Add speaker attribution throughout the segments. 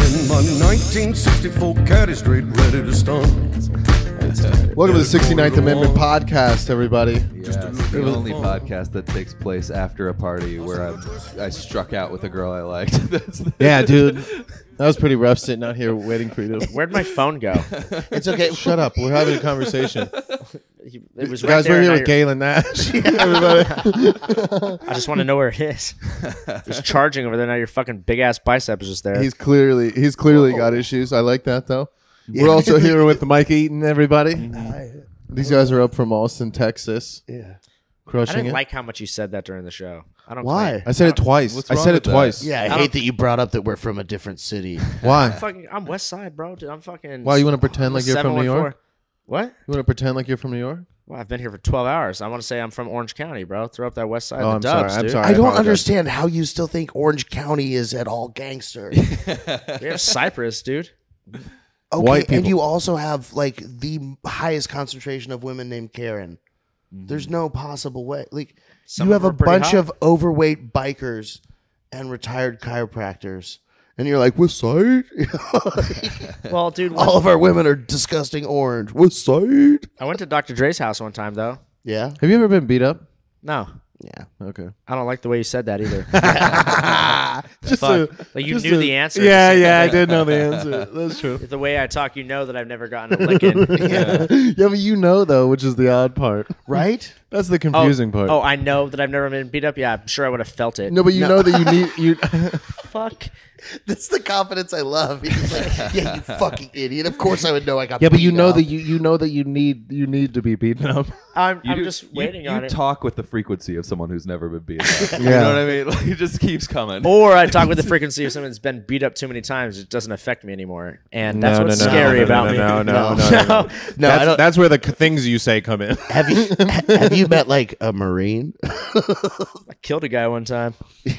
Speaker 1: my 1964 caddy straight ready to stunt.
Speaker 2: Welcome to the 69th Amendment podcast, everybody.
Speaker 3: Yes, the only podcast that takes place after a party where I, I struck out with a girl I liked. That's the-
Speaker 2: Yeah, dude. That was pretty rough sitting out here waiting for you to.
Speaker 4: Where'd my phone go?
Speaker 2: It's okay. Shut up. We're having a conversation.
Speaker 4: He- It was right
Speaker 2: Guys,
Speaker 4: there.
Speaker 2: we're
Speaker 4: and
Speaker 2: here
Speaker 4: I-
Speaker 2: with Galen Nash. Everybody.
Speaker 4: I just want to know where it is. It's charging over there now. Your fucking big ass bicep is just there.
Speaker 2: He's clearly he's clearly got issues. I like that though. We're also here with Mike Eaton, everybody. These guys are up from Austin, Texas.
Speaker 5: Yeah.
Speaker 4: I
Speaker 2: Crushing
Speaker 4: didn't
Speaker 2: it.
Speaker 4: like how much you said that during the show. I don't.
Speaker 5: Why?
Speaker 4: claim-
Speaker 2: I said it twice.
Speaker 3: What's
Speaker 2: I
Speaker 3: wrong
Speaker 2: said it
Speaker 3: with that?
Speaker 2: twice.
Speaker 5: Yeah, I, hate that you brought up that we're from a different city.
Speaker 2: Why?
Speaker 4: Fucking, I'm West Side, bro. Dude, I'm fucking.
Speaker 2: Why you want to pretend like you're from New York?
Speaker 4: 714. What?
Speaker 2: You want to pretend like you're from New York?
Speaker 4: Well, I've been here for 12 hours. I want to say I'm from Orange County, bro. Throw up that West Side.
Speaker 2: Oh,
Speaker 4: the
Speaker 2: I'm sorry.
Speaker 4: dubs,
Speaker 2: I'm
Speaker 4: dude.
Speaker 2: sorry.
Speaker 5: I don't
Speaker 2: apologize.
Speaker 5: understand how you still think Orange County is at all gangster. Okay,
Speaker 4: We have Cyprus, dude.
Speaker 2: White
Speaker 5: and
Speaker 2: people.
Speaker 5: you also have like the highest concentration of women named Karen. There's no possible way. Like
Speaker 4: Some
Speaker 5: you
Speaker 4: of
Speaker 5: have a
Speaker 4: them are pretty
Speaker 5: bunch
Speaker 4: hot.
Speaker 5: of overweight bikers and retired chiropractors. And you're like, West side?
Speaker 4: Well, dude, one-
Speaker 2: Oh.
Speaker 5: all of our women are disgusting orange. West side?
Speaker 4: I went to Dr. Dre's house one time, though.
Speaker 5: Yeah.
Speaker 2: Have you ever been beat up?
Speaker 4: No,
Speaker 5: Yeah.
Speaker 2: Okay.
Speaker 4: I don't like the way you said that either.
Speaker 2: Just
Speaker 4: Fuck. Like, you knew the answer.
Speaker 2: Yeah,
Speaker 4: Just-
Speaker 2: yeah, I did know the answer. That's true.
Speaker 4: the way I talk, you know that I've never gotten a licking.
Speaker 2: yeah. but you know though, which is the odd part.
Speaker 5: Right?
Speaker 2: That's the confusing part.
Speaker 4: Oh, I know that I've never been beat up. Yeah, I'm sure I would have felt it.
Speaker 2: no, but you know that you need you.
Speaker 4: fuck.
Speaker 5: That's the confidence I love. He's like, yeah, you fucking idiot. Of course I would know I got
Speaker 2: yeah, but you
Speaker 5: beat
Speaker 2: know
Speaker 5: up.
Speaker 2: that you you know that you need you need to be beaten up.
Speaker 4: I'm,
Speaker 3: You
Speaker 4: I'm
Speaker 3: do-
Speaker 4: just waiting
Speaker 3: you,
Speaker 4: on
Speaker 3: you
Speaker 4: it.
Speaker 3: talk with the frequency of someone who's never been beat up. You
Speaker 2: Yeah.
Speaker 3: know what I mean? Like, it just keeps coming.
Speaker 4: or I talk with the frequency of someone that's been beat up too many times. It doesn't affect me anymore, and that's what's scary about me.
Speaker 2: no,
Speaker 4: No.
Speaker 5: No, I don't.
Speaker 2: where the c- things you say come in.
Speaker 5: have you have you met like a marine?
Speaker 4: I killed a guy one time.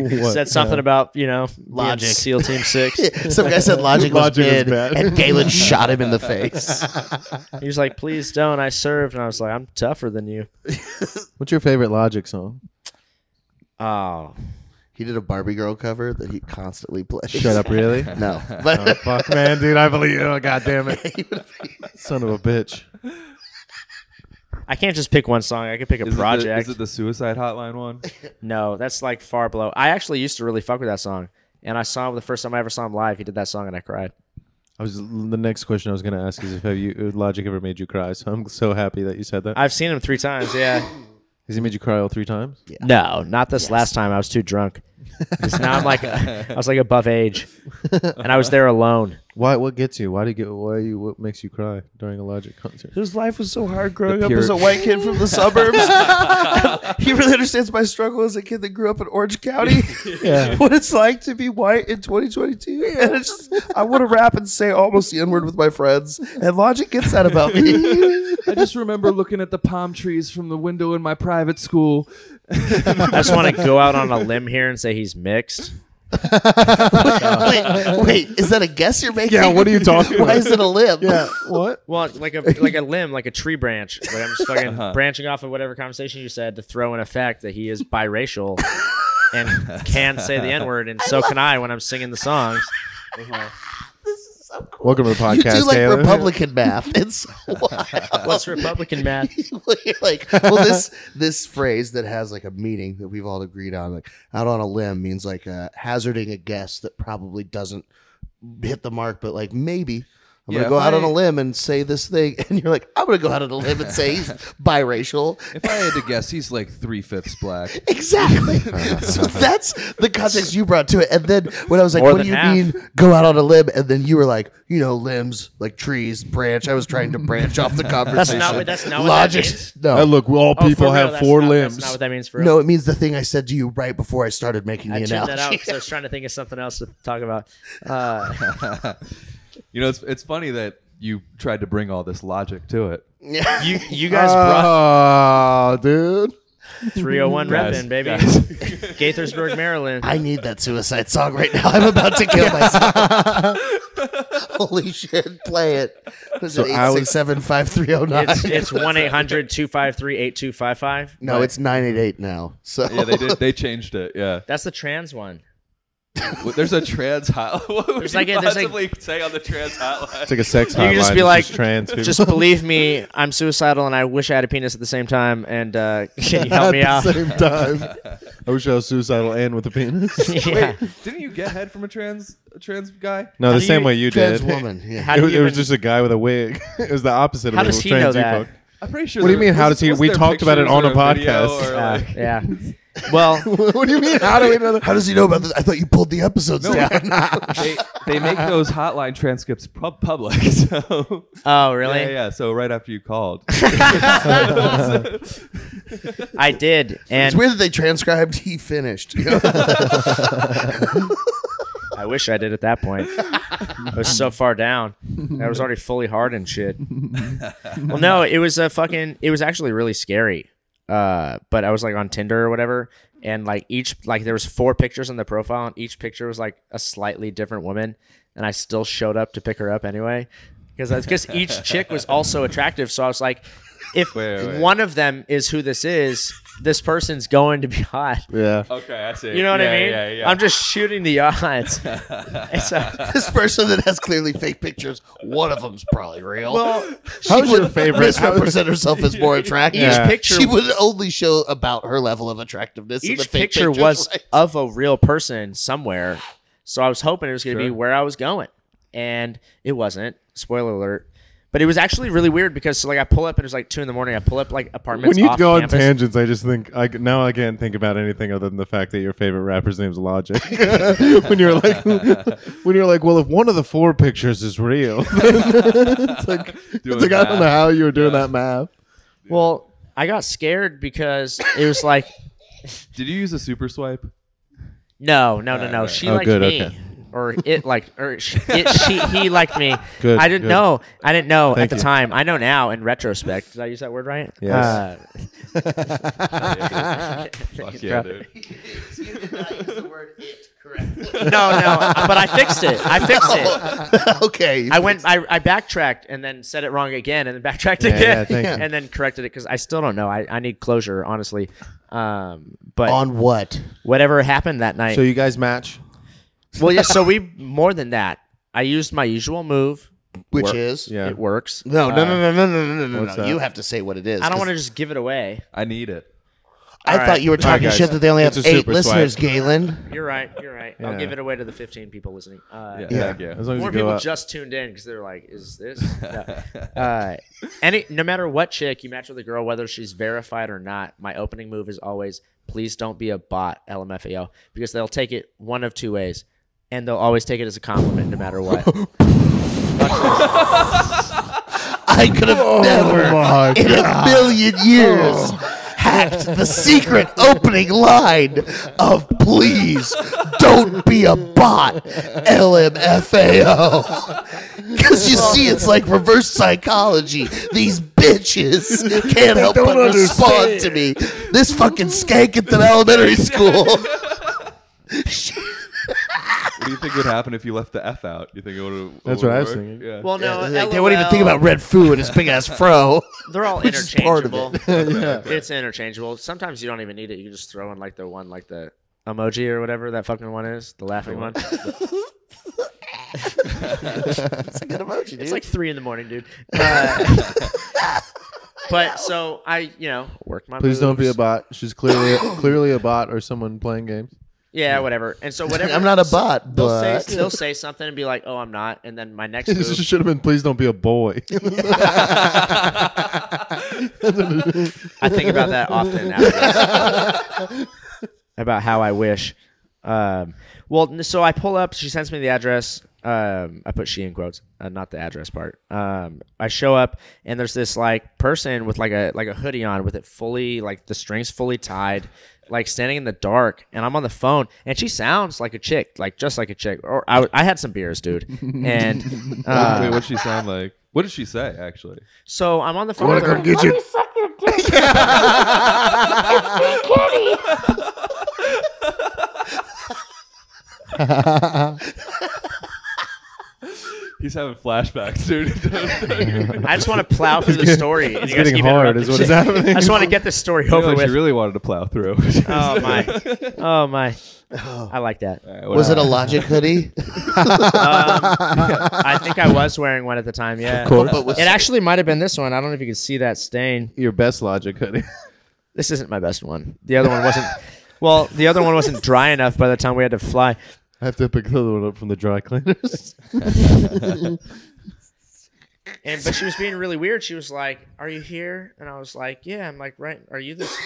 Speaker 2: What?
Speaker 4: Said something about you know being
Speaker 5: Logic.
Speaker 4: SEAL Team Six.
Speaker 5: Some guy said logic,
Speaker 2: Logic is
Speaker 5: was, bad,
Speaker 2: bad.
Speaker 5: and Galen shot him in the face.
Speaker 4: he was like, "Please don't." I served, and I was like, "I'm tougher than you."
Speaker 2: What's your favorite Logic song?
Speaker 4: Oh,
Speaker 5: He did a Barbie girl cover that he constantly plays.
Speaker 2: Shut up, really?
Speaker 5: No, but
Speaker 2: Fuck, man, dude, I believe you. God damn it, son of a bitch.
Speaker 4: I can't just pick one song. I could pick a
Speaker 3: Is it, the,
Speaker 4: project.
Speaker 3: is it the suicide hotline one?
Speaker 4: No, that's like far below. I actually used to really fuck with that song, and I saw him the first time I ever saw him live. He did that song, and I cried.
Speaker 2: I was the next question I was going to ask is if have you Logic ever made you cry? So I'm so happy that you said that.
Speaker 4: I've seen him three times. Yeah.
Speaker 2: Has he made you cry all three times?
Speaker 4: No, not this last time. I was too drunk. 'Cause now I'm like, I was like above age, and I was there alone.
Speaker 2: Why? What gets you? Why do you get? Why you? What makes you cry during a Logic concert?
Speaker 5: his life was so hard growing
Speaker 3: The
Speaker 5: up
Speaker 3: pure-
Speaker 5: as a white kid from the suburbs. he really understands my struggle as a kid that grew up in Orange County.
Speaker 2: Yeah.
Speaker 5: what it's like to be white in 2022. And it's just, I want to rap and say almost the N word with my friends. And Logic gets that about me.
Speaker 3: I just remember looking at the palm trees from the window in my private school.
Speaker 4: I just want to go out on a limb here and say he's mixed.
Speaker 5: wait, wait, is that a guess you're making?
Speaker 2: Yeah, what are you talking
Speaker 5: Why
Speaker 2: about?
Speaker 5: is it a limp?
Speaker 2: What?
Speaker 4: Well, like a like a limb, like a tree branch. Like I'm just fucking branching off of whatever conversation you said to throw in effect that he is biracial and can say the n word, and so can I when I'm singing the songs.
Speaker 2: Welcome to the podcast,
Speaker 5: You do like
Speaker 2: Taylor.
Speaker 5: Republican math. It's wild.
Speaker 4: What's Republican math?
Speaker 5: You're like, well, this this phrase that has like a meaning that we've all agreed on, like out on a limb, means like uh, hazarding a guess that probably doesn't hit the mark, but like maybe. I'm
Speaker 3: Yeah,
Speaker 5: gonna go
Speaker 3: if
Speaker 5: out on
Speaker 3: I-
Speaker 5: a limb and say this thing, and you're like, I'm gonna go out on a limb and say he's biracial.
Speaker 3: If I had to guess, he's like three fifths black.
Speaker 5: Exactly. so that's the context you brought to it. And then when I was like,
Speaker 4: More than
Speaker 5: what do you
Speaker 4: half.
Speaker 5: mean go out on a limb? And then you were like, you know, limbs, like trees, branch. I was trying to branch off the conversation.
Speaker 4: not what- that's not what that
Speaker 5: Logic.
Speaker 4: means.
Speaker 2: Uh,
Speaker 5: No.
Speaker 2: look, all
Speaker 4: Oh, for
Speaker 2: people
Speaker 4: real,
Speaker 2: have
Speaker 4: that's
Speaker 2: four
Speaker 4: not-
Speaker 2: limbs.
Speaker 4: That's not what that means for real.
Speaker 5: No, it means the thing I said to you right before I started making the
Speaker 4: I tuned
Speaker 5: analogy.
Speaker 4: that out because I was trying to think of something else to talk about. Uh,
Speaker 3: You know, it's, it's funny that you tried to bring all this logic to it.
Speaker 4: you you
Speaker 2: Uh,
Speaker 4: guys brought
Speaker 2: Oh, dude.
Speaker 4: 301 rep
Speaker 3: Guys,
Speaker 4: in, baby.
Speaker 3: guys.
Speaker 4: Gaithersburg, Maryland.
Speaker 5: I need that suicide song right now. I'm about to kill myself. Holy shit! Play it. Was it
Speaker 2: I
Speaker 5: eight
Speaker 2: was-
Speaker 5: six seven five three zero nine?
Speaker 4: It's it's 1 800 253 8255.
Speaker 5: No, it's nine eight eight now. So
Speaker 3: Yeah, they did. They changed it. Yeah.
Speaker 4: That's the trans one.
Speaker 3: Well, There's a trans hotline. What would
Speaker 4: There's
Speaker 3: you
Speaker 4: like a- there's like-
Speaker 3: possibly say on the trans hotline?
Speaker 2: It's like a sex
Speaker 4: You
Speaker 2: hotline.
Speaker 4: can just be
Speaker 2: it's
Speaker 4: like,
Speaker 2: trans people.
Speaker 4: just believe me, I'm suicidal and I wish I had a penis at the same time. And uh, can you help me
Speaker 2: at
Speaker 4: out?
Speaker 2: the same time. I wish I was suicidal and with a penis.
Speaker 4: yeah.
Speaker 3: Didn't you get head from a trans a trans guy?
Speaker 2: No, the
Speaker 4: do
Speaker 2: same
Speaker 4: you-
Speaker 2: way you
Speaker 5: Trans
Speaker 2: did.
Speaker 5: woman. Yeah.
Speaker 4: How
Speaker 2: It
Speaker 4: do
Speaker 2: was,
Speaker 4: you
Speaker 2: it was
Speaker 4: even-
Speaker 2: just a guy with a wig. it was the opposite
Speaker 4: How
Speaker 2: of a
Speaker 4: does he
Speaker 2: trans
Speaker 4: know that?
Speaker 2: ufo.
Speaker 3: I'm pretty sure.
Speaker 2: What do you
Speaker 3: there-
Speaker 2: mean, how
Speaker 3: was-
Speaker 2: does he-
Speaker 3: was
Speaker 2: we
Speaker 3: there
Speaker 2: talked about it
Speaker 3: pictures
Speaker 2: on
Speaker 3: or
Speaker 2: a
Speaker 3: video
Speaker 2: podcast.
Speaker 3: or,
Speaker 4: Uh,
Speaker 3: like-
Speaker 4: yeah. Well,
Speaker 2: what do you mean? How do we know that?
Speaker 5: How does he know about this? I thought you pulled the episodes down.
Speaker 3: they, they make those hotline transcripts pub- public. So
Speaker 4: oh really?
Speaker 3: yeah, yeah. So right after you called,
Speaker 4: I did,
Speaker 5: It's
Speaker 4: and
Speaker 5: weird that they transcribed he finished. You know?
Speaker 4: I wish I did at that point. I was so far down. I was already fully hard and shit. well, no, it was a fucking. It was actually really scary. Uh, but I was like on Tinder or whatever, and like each like there was four pictures in the profile, and each picture was like a slightly different woman, and I still showed up to pick her up anyway, because I guess each chick was also attractive. So I was like, if
Speaker 3: Wait, wait.
Speaker 4: one of them is who this is, this person's going to be hot.
Speaker 2: Yeah.
Speaker 3: okay, I see.
Speaker 4: You know what
Speaker 3: Yeah,
Speaker 4: I mean?
Speaker 3: Yeah, yeah.
Speaker 4: I'm just shooting the odds. And so-
Speaker 5: this person that has clearly fake pictures, one of them's probably real. Well, she
Speaker 2: How's your
Speaker 5: would
Speaker 2: favorite-
Speaker 5: misrepresent herself as more attractive.
Speaker 2: Yeah.
Speaker 4: picture-
Speaker 5: She would only show about her level of attractiveness. in the
Speaker 4: each
Speaker 5: fake
Speaker 4: picture
Speaker 5: pictures,
Speaker 4: was
Speaker 5: right?
Speaker 4: of a real person somewhere. So I was hoping it was going to be
Speaker 3: Sure.
Speaker 4: where I was going, and it wasn't. Spoiler alert. But it was actually really weird because so like I pull up and it was like two in the morning. I pull up like
Speaker 2: When
Speaker 4: apartments.
Speaker 2: you
Speaker 4: off
Speaker 2: go on
Speaker 4: campus.
Speaker 2: tangents, I just think I now I can't think about anything other than the fact that your favorite rapper's name's Logic. when you're like, when you're like, well, if one of the four pictures is real, it's like, it's
Speaker 3: Doing
Speaker 2: like I don't
Speaker 3: math.
Speaker 2: know how you were doing that math.
Speaker 4: Well, I got scared because it was like,
Speaker 3: Did you use a super swipe?
Speaker 4: no, no, no, no. She
Speaker 2: Oh,
Speaker 4: liked
Speaker 2: good,
Speaker 4: me,
Speaker 2: okay.
Speaker 4: or it like, or sh- it, she, he liked me.
Speaker 2: Good,
Speaker 4: I didn't
Speaker 2: good.
Speaker 4: know. I didn't know
Speaker 2: Thank
Speaker 4: at the
Speaker 2: you.
Speaker 4: time. I know now in retrospect. Did I use that word right?
Speaker 2: Yes.
Speaker 4: Uh,
Speaker 3: Fuck yeah, dude.
Speaker 4: no, no. But I fixed it. I fixed it.
Speaker 5: okay.
Speaker 4: I went, I, I backtracked and then said it wrong again and then backtracked
Speaker 2: Yeah,
Speaker 4: again
Speaker 2: yeah, thank you.
Speaker 4: and then corrected it because I still don't know. I, I need closure, honestly. Um, but
Speaker 5: on what?
Speaker 4: whatever happened that night.
Speaker 2: you guys match?
Speaker 4: well, yeah, so we, more than that, I used my usual move.
Speaker 5: Which
Speaker 4: Work.
Speaker 5: is
Speaker 2: Yeah.
Speaker 4: It works.
Speaker 5: no, no, no, no, no, no, no, no, no,
Speaker 2: what's
Speaker 5: no.
Speaker 2: that?
Speaker 5: You have to say what it is.
Speaker 4: I don't
Speaker 5: 'cause
Speaker 4: want to just give it away.
Speaker 3: I need it.
Speaker 5: I
Speaker 4: All
Speaker 5: thought
Speaker 4: right.
Speaker 5: you were talking
Speaker 2: guys.
Speaker 5: shit that they only
Speaker 2: It's
Speaker 5: have
Speaker 2: a
Speaker 5: eight
Speaker 2: super
Speaker 5: listeners,
Speaker 2: swipe.
Speaker 5: Galen.
Speaker 4: You're right. You're right. I'll
Speaker 2: Yeah.
Speaker 4: give it away to the 15 people listening. Uh,
Speaker 3: Yeah,
Speaker 5: Yeah.
Speaker 3: Thank you.
Speaker 2: As long as
Speaker 4: More
Speaker 2: you go
Speaker 4: people
Speaker 2: out.
Speaker 4: just tuned in because they're like, "Is this?" No. Uh, any, no matter what chick you match with a girl, whether she's verified or not, my opening move is always, "Please don't be a bot, LMFAO," because they'll take it one of two ways, and they'll always take it as a compliment, no matter what.
Speaker 5: I could have
Speaker 4: Oh
Speaker 5: never
Speaker 2: my
Speaker 5: in a million years hacked the secret opening line of please don't be a bot lmfao because you see it's like reverse psychology these bitches can't help but respond to me this fucking skank at the elementary school
Speaker 3: What do you think would happen if you left the f out? You think it would?
Speaker 2: That's what I was thinking.
Speaker 3: Yeah.
Speaker 4: well, no,
Speaker 5: they wouldn't even think about red food and his big ass fro
Speaker 4: They're all
Speaker 5: which is part of
Speaker 4: interchangeable.
Speaker 2: yeah.
Speaker 4: It's interchangeable. Sometimes you don't even need it. You can just throw in like the one, like the emoji or whatever that fucking one is, the laughing one.
Speaker 5: it's a good emoji dude.
Speaker 4: It's like three in the morning, dude. Uh, but so I, you know, work my.
Speaker 2: Please don't be a
Speaker 4: moves.
Speaker 2: bot. She's clearly clearly a bot or someone playing games.
Speaker 4: Yeah, whatever. And so whatever.
Speaker 5: i'm not a bot
Speaker 4: They'll say,
Speaker 5: but
Speaker 4: they'll say something and be like, "Oh, I'm not," and then my next move.
Speaker 2: This should have been. Please don't be a boy.
Speaker 4: I think about that often nowadays. about how I wish. Um, well, n- so I pull up. She sends me the address. Um, I put she in quotes, uh, not the address part. Um, I show up and there's this like person with like a like a hoodie on with it fully like the strings fully tied, like standing in the dark. And I'm on the phone and she sounds like a chick, like just like a chick. Or I, I had some beers, dude. And
Speaker 3: Wait,
Speaker 4: uh,
Speaker 3: what'd she sound like? What did she say? Actually,
Speaker 4: so I'm on the phone. with her.
Speaker 5: get you
Speaker 3: He's having flashbacks, dude.
Speaker 4: I just want to plow through the story. and
Speaker 2: It's
Speaker 4: you guys
Speaker 2: getting
Speaker 4: keep
Speaker 2: hard,
Speaker 4: interrupting
Speaker 2: is what is
Speaker 4: shit.
Speaker 2: happening.
Speaker 4: I just want to get this story
Speaker 3: You
Speaker 4: over
Speaker 3: know what
Speaker 4: with.
Speaker 3: you really wanted to plow through.
Speaker 4: oh my! Oh my! I like that. Um,
Speaker 5: Was it a logic hoodie?
Speaker 4: I think I was wearing one at the time. Yeah.
Speaker 5: But with
Speaker 4: It actually might have been this one. I don't know if you can see that stain.
Speaker 2: Your best logic hoodie.
Speaker 4: This isn't my best one. The other one wasn't. Well, the other one wasn't dry enough by the time we had to fly.
Speaker 2: I have to pick the other one up from the dry cleaners.
Speaker 4: And but she was being really weird. She was like, "Are you here?" And I was like, "Yeah." I'm like, "Right? Are you this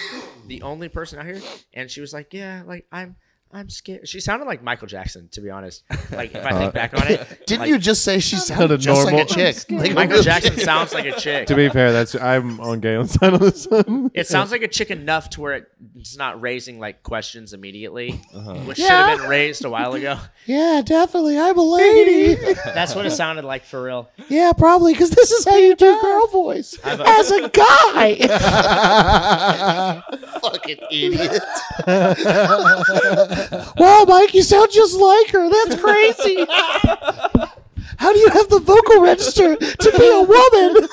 Speaker 4: the only person out here?" And she was like, "Yeah." Like I'm. I'm scared. She sounded like Michael Jackson, to be honest. Like if I think back on it,
Speaker 5: Didn't
Speaker 4: like,
Speaker 5: you just say she
Speaker 2: sounded
Speaker 5: sounded just like
Speaker 2: normal.
Speaker 5: a chick? Like
Speaker 4: Michael Jackson sounds like a chick.
Speaker 2: to be fair, that's I'm on Galen's side on this one.
Speaker 4: It sounds like a chick enough to where it- it's not raising like questions immediately, which should have been raised a while ago.
Speaker 5: Yeah, definitely. I'm a lady.
Speaker 4: That's what it sounded like for real.
Speaker 5: yeah, probably because this is how you do girl voice as a guy. Fucking idiot. wow, Mike, you sound just like her. That's crazy. how do you have the vocal register to be a woman?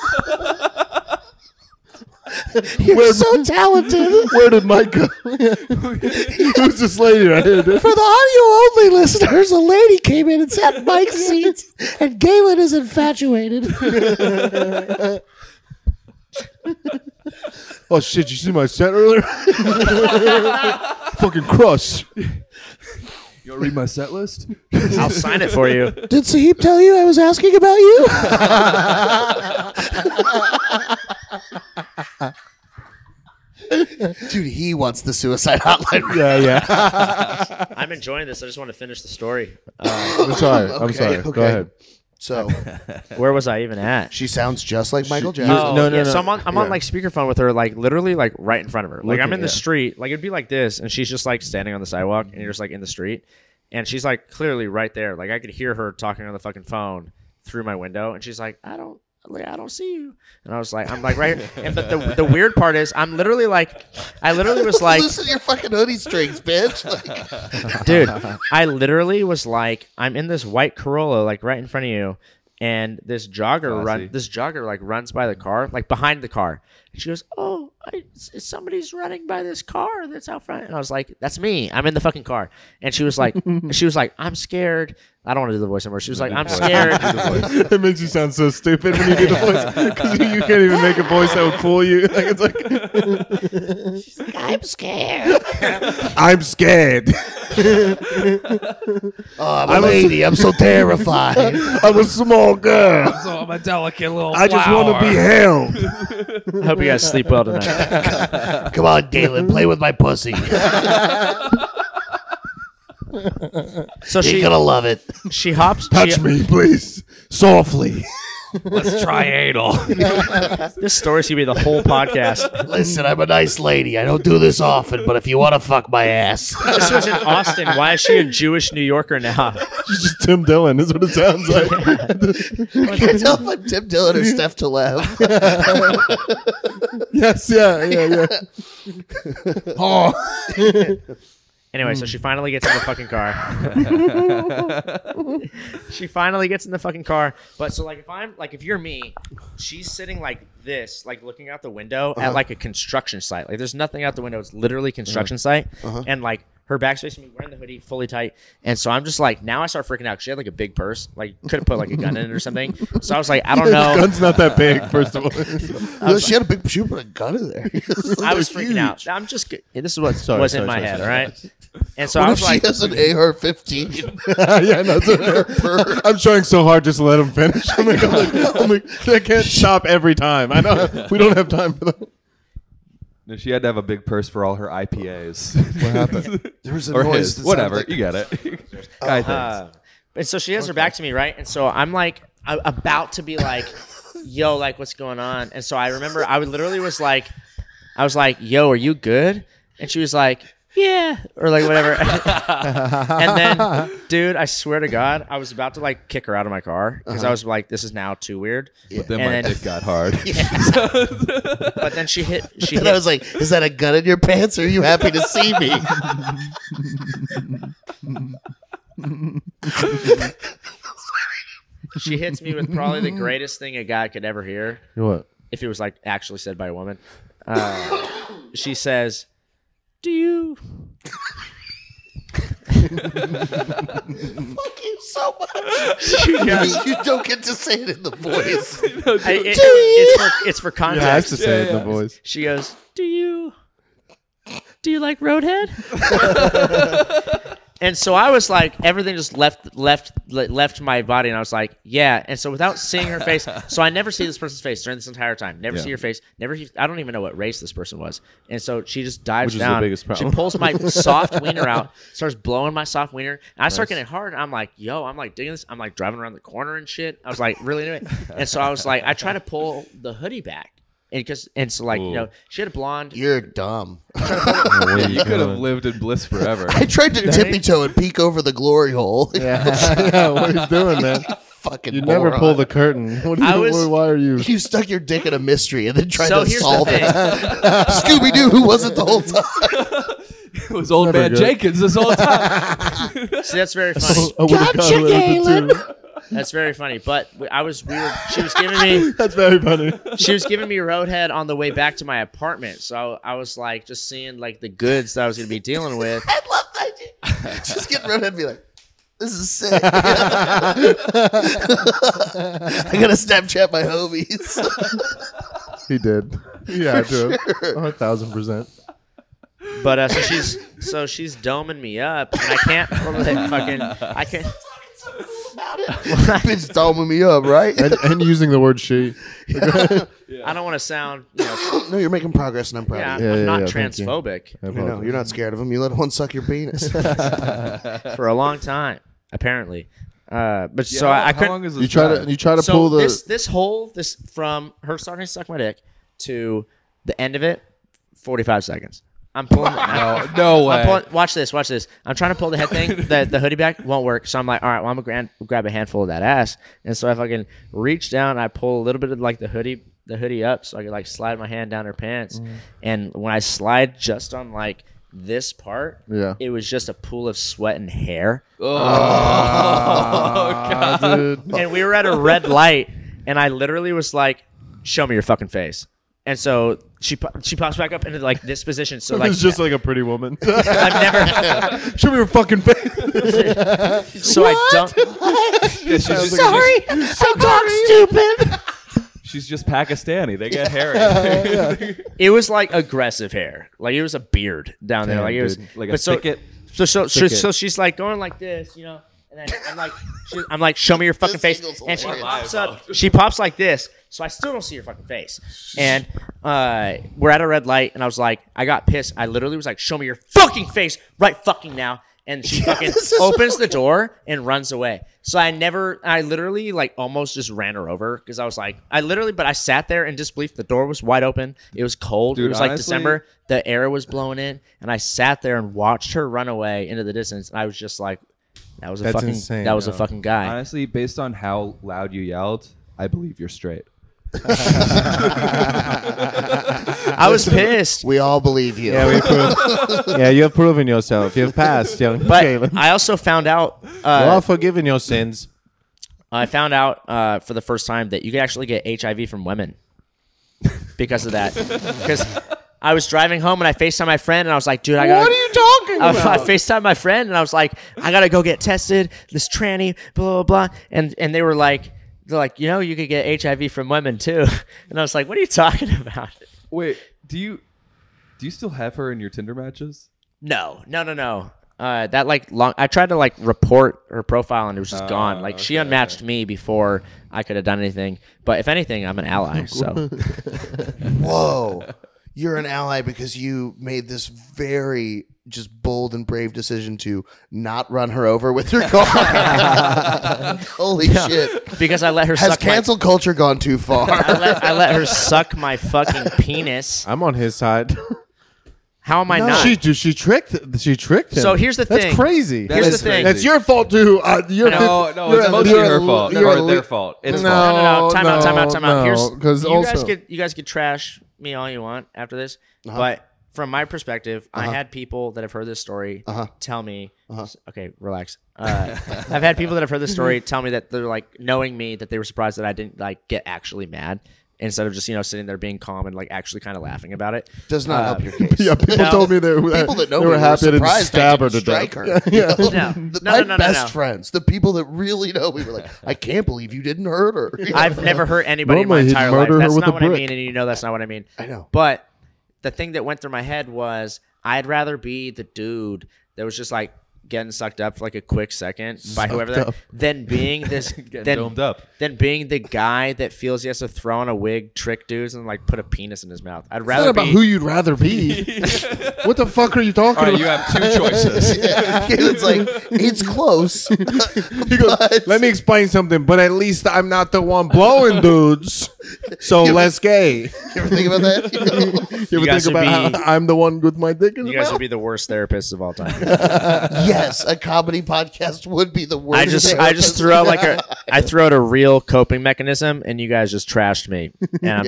Speaker 5: You're so talented.
Speaker 2: Where did Mike go? Who's this lady right here? dude?
Speaker 5: For the audio only listeners, a lady came in and sat in Mike's seat, and Galen is infatuated.
Speaker 2: Oh shit! You see my set earlier? Fucking crush.
Speaker 3: You want to read my set list?
Speaker 4: I'll sign it for you.
Speaker 5: Did Sahib tell you I was asking about you? Dude, he wants the suicide hotline.
Speaker 2: Yeah, yeah.
Speaker 4: I'm enjoying this. I just want to finish the story.
Speaker 2: I'm sorry. I'm
Speaker 5: Okay,
Speaker 2: sorry.
Speaker 5: okay.
Speaker 2: Go ahead.
Speaker 5: So
Speaker 4: Where was I even at?
Speaker 5: she sounds just like Michael Jackson.
Speaker 4: Oh,
Speaker 2: No, no,
Speaker 4: yeah.
Speaker 2: no.
Speaker 4: So I'm on, I'm on
Speaker 2: Yeah.
Speaker 4: like speakerphone with her, like literally, like right in front of her. Like I'm
Speaker 2: Looking,
Speaker 4: in the
Speaker 2: yeah.
Speaker 4: street, like it'd be like this, and she's just like standing on the sidewalk, and you're just like in the street, and she's like clearly right there. Like I could hear her talking on the fucking phone through my window, and she's like, I don't. Like, I don't see you, and I was like, I'm like right, and but the the weird part is, I'm literally like, I literally was Oh, like,
Speaker 5: Loosen your fucking hoodie strings, bitch. Like,
Speaker 4: dude i literally was like i'm in this white corolla like right in front of you and this jogger
Speaker 3: Classy.
Speaker 4: run this jogger like runs by the car like behind the car and she goes oh I, s- somebody's running by this car that's out front and i was like that's me i'm in the fucking car and she was like she was like i'm scared i don't want to do the voiceover she was like i'm scared
Speaker 2: it makes you sound so stupid when you do the voice because you can't even make a voice that would fool you. Like it's like
Speaker 5: I'm scared.
Speaker 2: I'm scared.
Speaker 5: Oh, I'm a lady. I'm so terrified.
Speaker 2: I'm a small girl.
Speaker 6: So I'm a delicate little.
Speaker 2: I just want to be held.
Speaker 4: i hope you guys sleep well tonight
Speaker 5: Come on, Galen, play with my pussy.
Speaker 4: so
Speaker 5: You're
Speaker 4: she
Speaker 5: gonna love it.
Speaker 4: she hops
Speaker 2: Touch
Speaker 4: she-
Speaker 2: me, please, softly.
Speaker 6: Let's try anal.
Speaker 4: this story's gonna be the whole podcast
Speaker 5: Listen, I'm a nice lady. I don't do this often, but if you want to fuck my ass,
Speaker 4: this was in Uh, austin why is she a jewish new yorker now
Speaker 2: She's just Tim Dillon. Is what it sounds like.
Speaker 5: I can't tell if I'm Tim Dillon or Steph Talev.
Speaker 2: yes, yeah, yeah, yeah.
Speaker 4: Anyway, so she finally gets in the fucking car. she finally gets in the fucking car. But so like if I'm like if you're me, she's sitting like this, like looking out the window at like a construction site. Like there's nothing out the window. It's literally construction site. And like her back's facing me, wearing the hoodie, fully tight. And so I'm just like, now I start freaking out. She had like a big purse. Like could have put like a gun in it or something. So I was like, I don't know.
Speaker 2: Gun's not that big. First of all,
Speaker 5: she had a big, she put a gun in there.
Speaker 4: I was freaking out. I'm just g- this is what
Speaker 2: Sorry,
Speaker 4: was in
Speaker 2: sorry,
Speaker 4: my
Speaker 2: sorry,
Speaker 4: head,
Speaker 2: sorry.
Speaker 4: all right? And so I
Speaker 5: What if
Speaker 4: was like
Speaker 5: she has an AR-15?
Speaker 2: yeah, no, it's I'm trying so hard just to let him finish. I'm like, I'm like, I'm like, I can't stop every time. I know we don't have time for that.
Speaker 3: No, she had to have a big purse for all her IPAs.
Speaker 5: What happened? There was a
Speaker 3: or his.
Speaker 5: noise. that
Speaker 3: Whatever.
Speaker 5: sounded
Speaker 3: you
Speaker 5: like-
Speaker 3: get it. Guy things.
Speaker 4: Uh, and so she has her back to me, right? And so I'm like, I- about to be like, yo, like, what's going on? And so I remember I would literally was like, I was like, yo, are you good? And she was like, yeah, or like whatever. and then, dude, I swear to God, I was about to like kick her out of my car because I was like, this is now too weird.
Speaker 3: But then
Speaker 4: and
Speaker 3: my
Speaker 4: then-
Speaker 3: dick got hard.
Speaker 4: But then she hit, she
Speaker 5: And I
Speaker 4: hit,
Speaker 5: was like, "Is that a gun in your pants? Or are you happy to see me?"
Speaker 4: she hits me with probably the greatest thing a guy could ever hear
Speaker 2: What?
Speaker 4: if it was like actually said by a woman. Uh, she says, "Do you?"
Speaker 5: Fuck you so much.
Speaker 4: She goes,
Speaker 5: you don't get to say it in the voice.
Speaker 4: I- it- it's, for, it's for
Speaker 2: Yeah, I have
Speaker 4: context.
Speaker 2: to say it in the voice.
Speaker 4: She goes, "Do you do you like Roadhead?" and so I was like, everything just left left le- left my body, and I was like, "Yeah." And so without seeing her face, so I never see this person's face during this entire time. Never see her face. Never. he- I don't even know what race this person was. And so she just dives
Speaker 2: Which is the
Speaker 4: down.
Speaker 2: biggest problem.
Speaker 4: She pulls my soft wiener out, starts blowing my soft wiener, and I start getting hard. And I'm like, "Yo," I'm like digging this. I'm like driving around the corner and shit. I was like really into it. And so I was like, I try to pull the hoodie back. And, cause, and so like you know she had a blonde
Speaker 5: You're dumb.
Speaker 3: Yeah, you could have lived in bliss forever.
Speaker 5: I tried to tippy toe and peek over the glory hole.
Speaker 2: yeah, what are you doing, man?
Speaker 5: Fucking
Speaker 2: You never
Speaker 5: moron.
Speaker 2: pull the curtain. What do you,
Speaker 4: I was-
Speaker 2: why are you?
Speaker 5: You stuck your dick in a mystery and then tried
Speaker 4: So
Speaker 5: to
Speaker 4: here's the
Speaker 5: solve it.
Speaker 4: thing.
Speaker 5: Scooby Doo, who was it the whole time?
Speaker 3: it was old
Speaker 2: Never
Speaker 3: man
Speaker 2: good.
Speaker 3: Jenkins this whole time.
Speaker 4: See, that's very funny.
Speaker 2: I would've gone Oh, with the two.
Speaker 4: That's very funny. But w- I was we were she was giving me
Speaker 2: That's very funny.
Speaker 4: she was giving me roadhead on the way back to my apartment. So I was like just seeing like the goods that I was gonna be dealing with.
Speaker 5: I love that. Just get around and be like, this is sick. I gotta Snapchat my homies.
Speaker 2: He did. Yeah, I do. A thousand percent.
Speaker 4: But uh, so she's so she's doming me up, and I can't fucking I can't.
Speaker 5: Bitch, doming me up, right?
Speaker 2: And, and using the word she.
Speaker 4: I don't want to sound you know
Speaker 5: no, you're making progress, and I'm proud
Speaker 4: yeah,
Speaker 5: of
Speaker 2: Yeah,
Speaker 4: I'm
Speaker 2: yeah,
Speaker 4: not
Speaker 2: yeah, thank you.
Speaker 4: transphobic
Speaker 2: I
Speaker 5: you. You know,
Speaker 2: apologize.
Speaker 5: you're not scared of him. You let one suck your penis.
Speaker 4: for a long time apparently. Uh, but so
Speaker 3: How-
Speaker 4: I,
Speaker 3: how
Speaker 4: I couldn't.
Speaker 3: long is this
Speaker 2: You try
Speaker 3: drive?
Speaker 2: to you try to
Speaker 4: so
Speaker 2: pull the
Speaker 4: this this whole this from her starting to suck my dick to the end of it, forty five seconds. I'm pulling.
Speaker 3: No, no way.
Speaker 4: I'm pulling, watch this. Watch this. I'm trying to pull the head thing. the The hoodie back won't work. So I'm like, all right, well, I'm gonna gran- grab a handful of that ass. And so if I can reach down, I pull a little bit of like the hoodie, the hoodie up, so I can like slide my hand down her pants.
Speaker 2: Mm.
Speaker 4: And when I slide just on like this part,
Speaker 2: Yeah.
Speaker 4: it was just a pool of sweat and hair.
Speaker 2: Ah, dude.
Speaker 4: and we were at a red light, and I literally was like, "Show me your fucking face." And so she po- she pops back up into like this position. So like
Speaker 2: it's just like a pretty woman.
Speaker 4: I've never.
Speaker 2: Show me your fucking face.
Speaker 4: So I don't.
Speaker 3: Yeah, she's, just,
Speaker 4: so talk stupid.
Speaker 3: she's just Pakistani. They get hairy.
Speaker 4: It was like aggressive hair, like it was a beard down there,
Speaker 2: Damn,
Speaker 4: like it was
Speaker 2: dude.
Speaker 3: like a
Speaker 4: but so-
Speaker 3: thicket.
Speaker 4: So so so,
Speaker 2: Thicket.
Speaker 4: so she's like going like this, you know, and then I'm like she, I'm like show me your fucking face,
Speaker 5: angle's
Speaker 4: and she
Speaker 5: hilarious.
Speaker 4: pops up. She pops like this, so I still don't see your fucking face. And uh, we're at a red light, and I was like, I got pissed. I literally was like, show me your fucking face right fucking now. And she fucking
Speaker 5: this is
Speaker 4: opens the door and runs away. So I never, I literally like almost just ran her over because I was like, I literally, but I sat there in disbelief. The door was wide open. It was cold. it
Speaker 3: Dude,
Speaker 4: was like
Speaker 3: honestly-
Speaker 4: December the air was blowing in, and I sat there and watched her run away into the distance, and I was just like, "That was a
Speaker 2: That's
Speaker 4: fucking,
Speaker 2: insane,
Speaker 4: that was a
Speaker 2: yeah.
Speaker 4: fucking guy."
Speaker 3: Honestly, based on how loud you yelled, I believe you're straight.
Speaker 4: I was pissed,
Speaker 5: we all believe you.
Speaker 2: Yeah, we prove, yeah, you have proven yourself. You have passed, young
Speaker 4: but
Speaker 2: Jalen.
Speaker 4: I also found out.
Speaker 2: You
Speaker 4: Uh,
Speaker 2: are forgiven your sins.
Speaker 4: I found out uh, for the first time that you could actually get HIV from women because of that. Because I was driving home and I Facetime my friend, and I was like, "Dude, I got."
Speaker 2: talking
Speaker 4: I, I FaceTimed my friend and I was like, I gotta go get tested, this tranny, blah blah blah. And and they were like they're like, you know, you could get HIV from women too. And I was like, What are you talking about?
Speaker 3: Wait, do you do you still have her in your Tinder matches?
Speaker 4: No, no, no, no. Uh, that like long I tried to like report her profile and it was just gone. Like she unmatched me before I could have done anything. But if anything, I'm an ally. So
Speaker 5: Whoa. You're an ally because you made this very just bold and brave decision to not run her over with your car. Holy shit.
Speaker 4: because I let her
Speaker 5: Has
Speaker 4: suck
Speaker 5: cancel culture gone
Speaker 4: my I
Speaker 5: too far?
Speaker 4: let, I let her suck my fucking penis.
Speaker 2: I'm on his side.
Speaker 4: How am I not?
Speaker 2: She dude, she tricked she tricked him.
Speaker 4: So here's the
Speaker 2: That's
Speaker 4: thing.
Speaker 2: crazy.
Speaker 4: Here's
Speaker 3: That is
Speaker 4: the thing.
Speaker 2: That's your fault too. Uh, you're
Speaker 3: No, no,
Speaker 2: you're
Speaker 3: it's
Speaker 2: a-
Speaker 3: mostly
Speaker 2: you're a-
Speaker 3: her fault
Speaker 2: you're
Speaker 3: or
Speaker 2: a-
Speaker 3: their fault. It's
Speaker 2: no,
Speaker 3: fault.
Speaker 4: no, no, no. Time out, time out,
Speaker 2: no,
Speaker 4: time out. Here's
Speaker 2: no, 'cause
Speaker 4: you
Speaker 2: also- Uh-huh.
Speaker 4: guys could you guys could trash me all you want after this, but from my perspective, I had people that have heard this story
Speaker 2: Uh-huh.
Speaker 4: tell me, okay, relax. Uh, I've had people that have heard this story tell me that they're like knowing me that they were surprised that I didn't like get actually mad instead of just you know sitting there being calm and like actually kind of laughing about it.
Speaker 5: Does not help your case.
Speaker 2: Uh, Yeah, people told me they were
Speaker 5: people that know
Speaker 2: they
Speaker 5: me
Speaker 2: were happy to
Speaker 5: surprised
Speaker 2: stab
Speaker 5: I
Speaker 2: her to
Speaker 5: didn't
Speaker 2: death.
Speaker 5: strike her. You know?
Speaker 4: No.
Speaker 5: The-
Speaker 4: No,
Speaker 5: my
Speaker 4: no, no, no,
Speaker 5: best
Speaker 4: no.
Speaker 5: friends, the people that really know me, were like, "I can't believe you didn't hurt her." You know?
Speaker 4: I've never hurt anybody in my
Speaker 2: Normally he'd
Speaker 4: entire life.
Speaker 2: murder her
Speaker 4: That's
Speaker 2: with
Speaker 4: not
Speaker 2: a
Speaker 4: what I
Speaker 2: brick.
Speaker 4: mean, and you know that's not what I mean.
Speaker 5: I know.
Speaker 4: But the thing that went through my head was I'd rather be the dude that was just like getting sucked up for like a quick second by whoever that than being this
Speaker 3: Getting domed
Speaker 4: than,
Speaker 3: up.
Speaker 4: than being the guy that feels he has to throw on a wig, trick dudes, and like put a penis in his mouth. I'd
Speaker 2: It's not
Speaker 4: rather
Speaker 2: about
Speaker 4: be
Speaker 2: who you'd rather be. what the fuck are you talking
Speaker 3: All right,
Speaker 2: about?
Speaker 3: you have two choices.
Speaker 5: it's like it's close.
Speaker 2: He goes, Let me explain something, but at least I'm not the one blowing dudes. So less gay.
Speaker 5: You ever think about that? You know?
Speaker 2: You ever
Speaker 4: guys
Speaker 2: think
Speaker 4: should
Speaker 2: about
Speaker 4: be-
Speaker 2: how I'm the one with my dick in
Speaker 4: you
Speaker 2: the
Speaker 4: guys
Speaker 2: mouth?
Speaker 4: would be the worst therapists of all time.
Speaker 5: yes, a comedy podcast would be the worst.
Speaker 4: I just I just threw out like a I threw out a real coping mechanism and you guys just trashed me and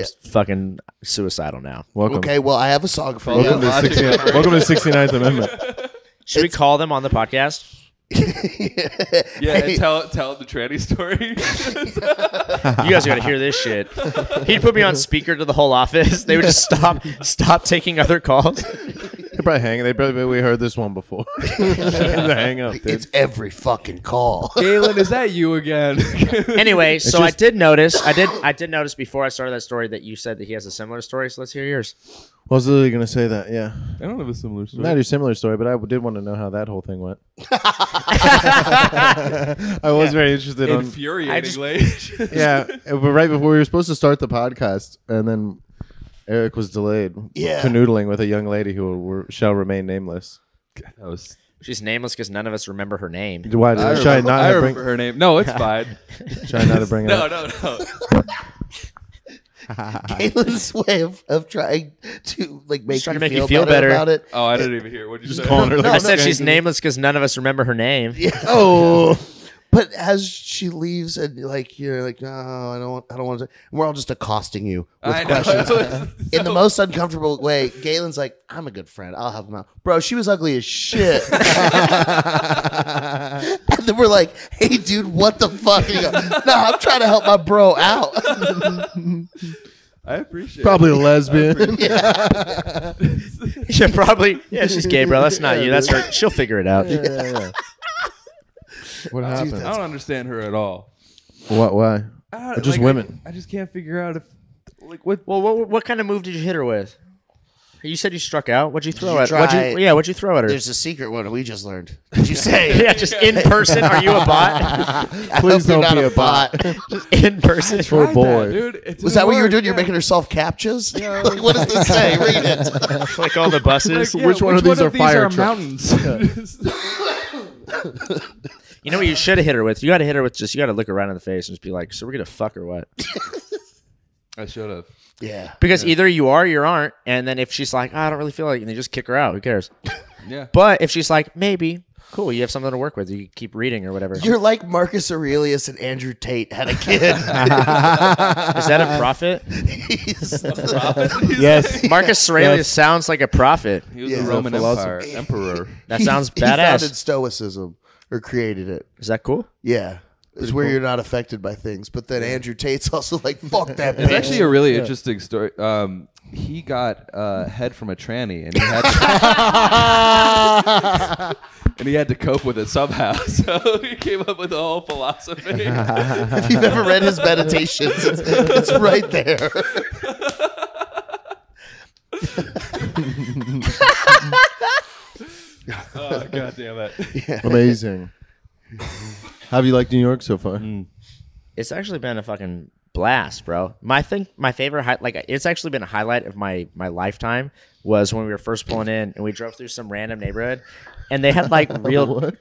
Speaker 4: I'm fucking suicidal now.
Speaker 2: Welcome.
Speaker 5: Okay, well, I have a song for
Speaker 2: Welcome,
Speaker 5: you.
Speaker 2: to 69 welcome to 69th Amendment.
Speaker 4: Should we call them on the podcast?
Speaker 3: yeah, and tell tell the tranny story.
Speaker 4: You guys got to hear this shit. He'd put me on speaker to the whole office. They would just stop stop taking other calls.
Speaker 2: They probably hang. They probably we heard this one before. They hang up, dude.
Speaker 5: It's every fucking call.
Speaker 3: Galen, is that you again?
Speaker 4: Anyway, so I did notice I did I did notice before I started that story that you said that he has a similar story. So let's hear yours.
Speaker 2: I was literally gonna say that. Yeah,
Speaker 3: I don't have a similar story.
Speaker 2: not a similar story, but I did want to know how that whole thing went. I was very interested on.
Speaker 3: Infuriatingly.
Speaker 2: yeah, but right before we were supposed to start the podcast, and then Eric was delayed.
Speaker 5: Yeah.
Speaker 2: canoodling with a young lady who will, shall remain nameless.
Speaker 3: that was,
Speaker 4: She's nameless because none of us remember her name.
Speaker 2: Why did
Speaker 3: I
Speaker 2: I try
Speaker 3: remember,
Speaker 2: not
Speaker 3: I
Speaker 2: to
Speaker 3: remember
Speaker 2: bring?
Speaker 3: her name. No, it's fine.
Speaker 2: Try not to bring it
Speaker 3: no,
Speaker 2: up.
Speaker 3: no, no.
Speaker 5: Galen's way of, of trying to like make,
Speaker 4: trying
Speaker 5: you,
Speaker 4: to make
Speaker 5: feel
Speaker 4: you feel
Speaker 5: better,
Speaker 4: better.
Speaker 5: about it.
Speaker 3: Oh, I didn't even hear. What did you say?
Speaker 2: Calling her like
Speaker 4: I
Speaker 2: a
Speaker 4: said she's
Speaker 2: skank.
Speaker 4: nameless because none of us remember her name.
Speaker 5: Oh. But as she leaves, and like you're like, no, I don't, want, I don't want to. And we're all just accosting you with
Speaker 3: I know.
Speaker 5: questions in the
Speaker 3: So-
Speaker 5: most uncomfortable way. Galen's like, I'm a good friend. I'll help him out, bro. She was ugly as shit. and then we're like, hey, dude, what the fuck? And you go, no, I'm trying to help my bro out.
Speaker 3: I appreciate.
Speaker 2: Probably a lesbian.
Speaker 4: Yeah, probably. Yeah, she's gay, bro. That's not you. That's her. She'll figure it out.
Speaker 2: what
Speaker 5: Dude,
Speaker 2: happened?
Speaker 3: It. I don't understand her at all.
Speaker 2: What? Why?
Speaker 3: I
Speaker 2: Or just
Speaker 3: like,
Speaker 2: women.
Speaker 3: I, I just can't figure out if like what.
Speaker 4: Well, what, what kind of move did you hit her with? You said you struck out. What'd you throw
Speaker 5: you
Speaker 4: at? her? What'd
Speaker 5: try-
Speaker 4: you, yeah, what'd you throw at her?
Speaker 5: There's a secret one we just learned. Did you say?
Speaker 4: yeah, just in person. Are you a bot?
Speaker 5: I
Speaker 2: Please
Speaker 5: hope you're
Speaker 2: don't
Speaker 5: not
Speaker 2: be
Speaker 5: a
Speaker 2: a bot.
Speaker 5: bot.
Speaker 4: in person.
Speaker 2: Poor
Speaker 3: Try that,
Speaker 2: boy.
Speaker 3: dude. It didn't
Speaker 5: Was that what you were
Speaker 3: work.
Speaker 5: doing? You're
Speaker 3: Yeah.
Speaker 5: making yourself captures? like, what does this say? Read it.
Speaker 4: like all the buses.
Speaker 3: Like, yeah,
Speaker 2: Which one of these are fire trucks?
Speaker 3: mountains?
Speaker 4: You know what you should have hit her with? You got to hit her with just, you got to look her right in the face and just be like, so we're going to fuck or what?
Speaker 3: I should have.
Speaker 5: Yeah.
Speaker 4: Because either you are or you aren't. And then if she's like, "Oh, I don't really feel like it, and then just kick her out. Who cares?
Speaker 3: Yeah.
Speaker 4: But if she's like, maybe, cool, you have something to work with. You can keep reading or whatever.
Speaker 5: You're like Marcus Aurelius and Andrew Tate had a kid.
Speaker 4: Is that a prophet?
Speaker 5: He's-
Speaker 2: Yes.
Speaker 4: Marcus Aurelius sounds like a prophet.
Speaker 3: He was
Speaker 5: Yeah.
Speaker 3: a
Speaker 5: He's a
Speaker 3: Roman
Speaker 2: philosopher.
Speaker 3: Empire emperor.
Speaker 4: That sounds
Speaker 5: he founded
Speaker 4: badass.
Speaker 5: Stoicism or created it.
Speaker 4: Is that cool?
Speaker 5: Yeah. It's where you're not affected by things. But then Andrew Tate's also like, fuck that
Speaker 3: It's
Speaker 5: bitch.
Speaker 3: actually a really interesting story. Um, he got uh, head from a tranny, and he had and he had to cope with it somehow. So he came up with a whole philosophy.
Speaker 5: if you've ever read his meditations, it's, it's right there.
Speaker 3: oh, God damn it!
Speaker 2: Amazing. How have you liked New York so far?
Speaker 4: Mm. It's actually been a fucking blast, bro. My thing, my favorite, hi- like it's actually been a highlight of my my lifetime was when we were first pulling in and we drove through some random neighborhood, and they had like real,
Speaker 2: What?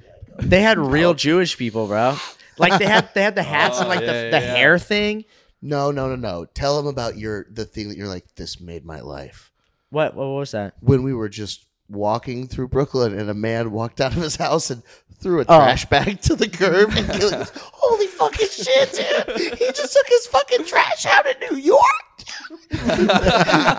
Speaker 4: they had real Jewish people, bro. Like they had they had the hats and like the,
Speaker 3: Oh, yeah,
Speaker 4: the
Speaker 3: yeah.
Speaker 4: hair thing.
Speaker 5: No, no, no, no. Tell him about your the thing that you're like, this made my life.
Speaker 4: What what was that?
Speaker 5: when we were just walking through Brooklyn and a man walked out of his house and threw a
Speaker 4: Oh.
Speaker 5: trash bag to the curb and Oh, Gilly goes, Holy fucking shit, dude. He just took his fucking trash out in New York.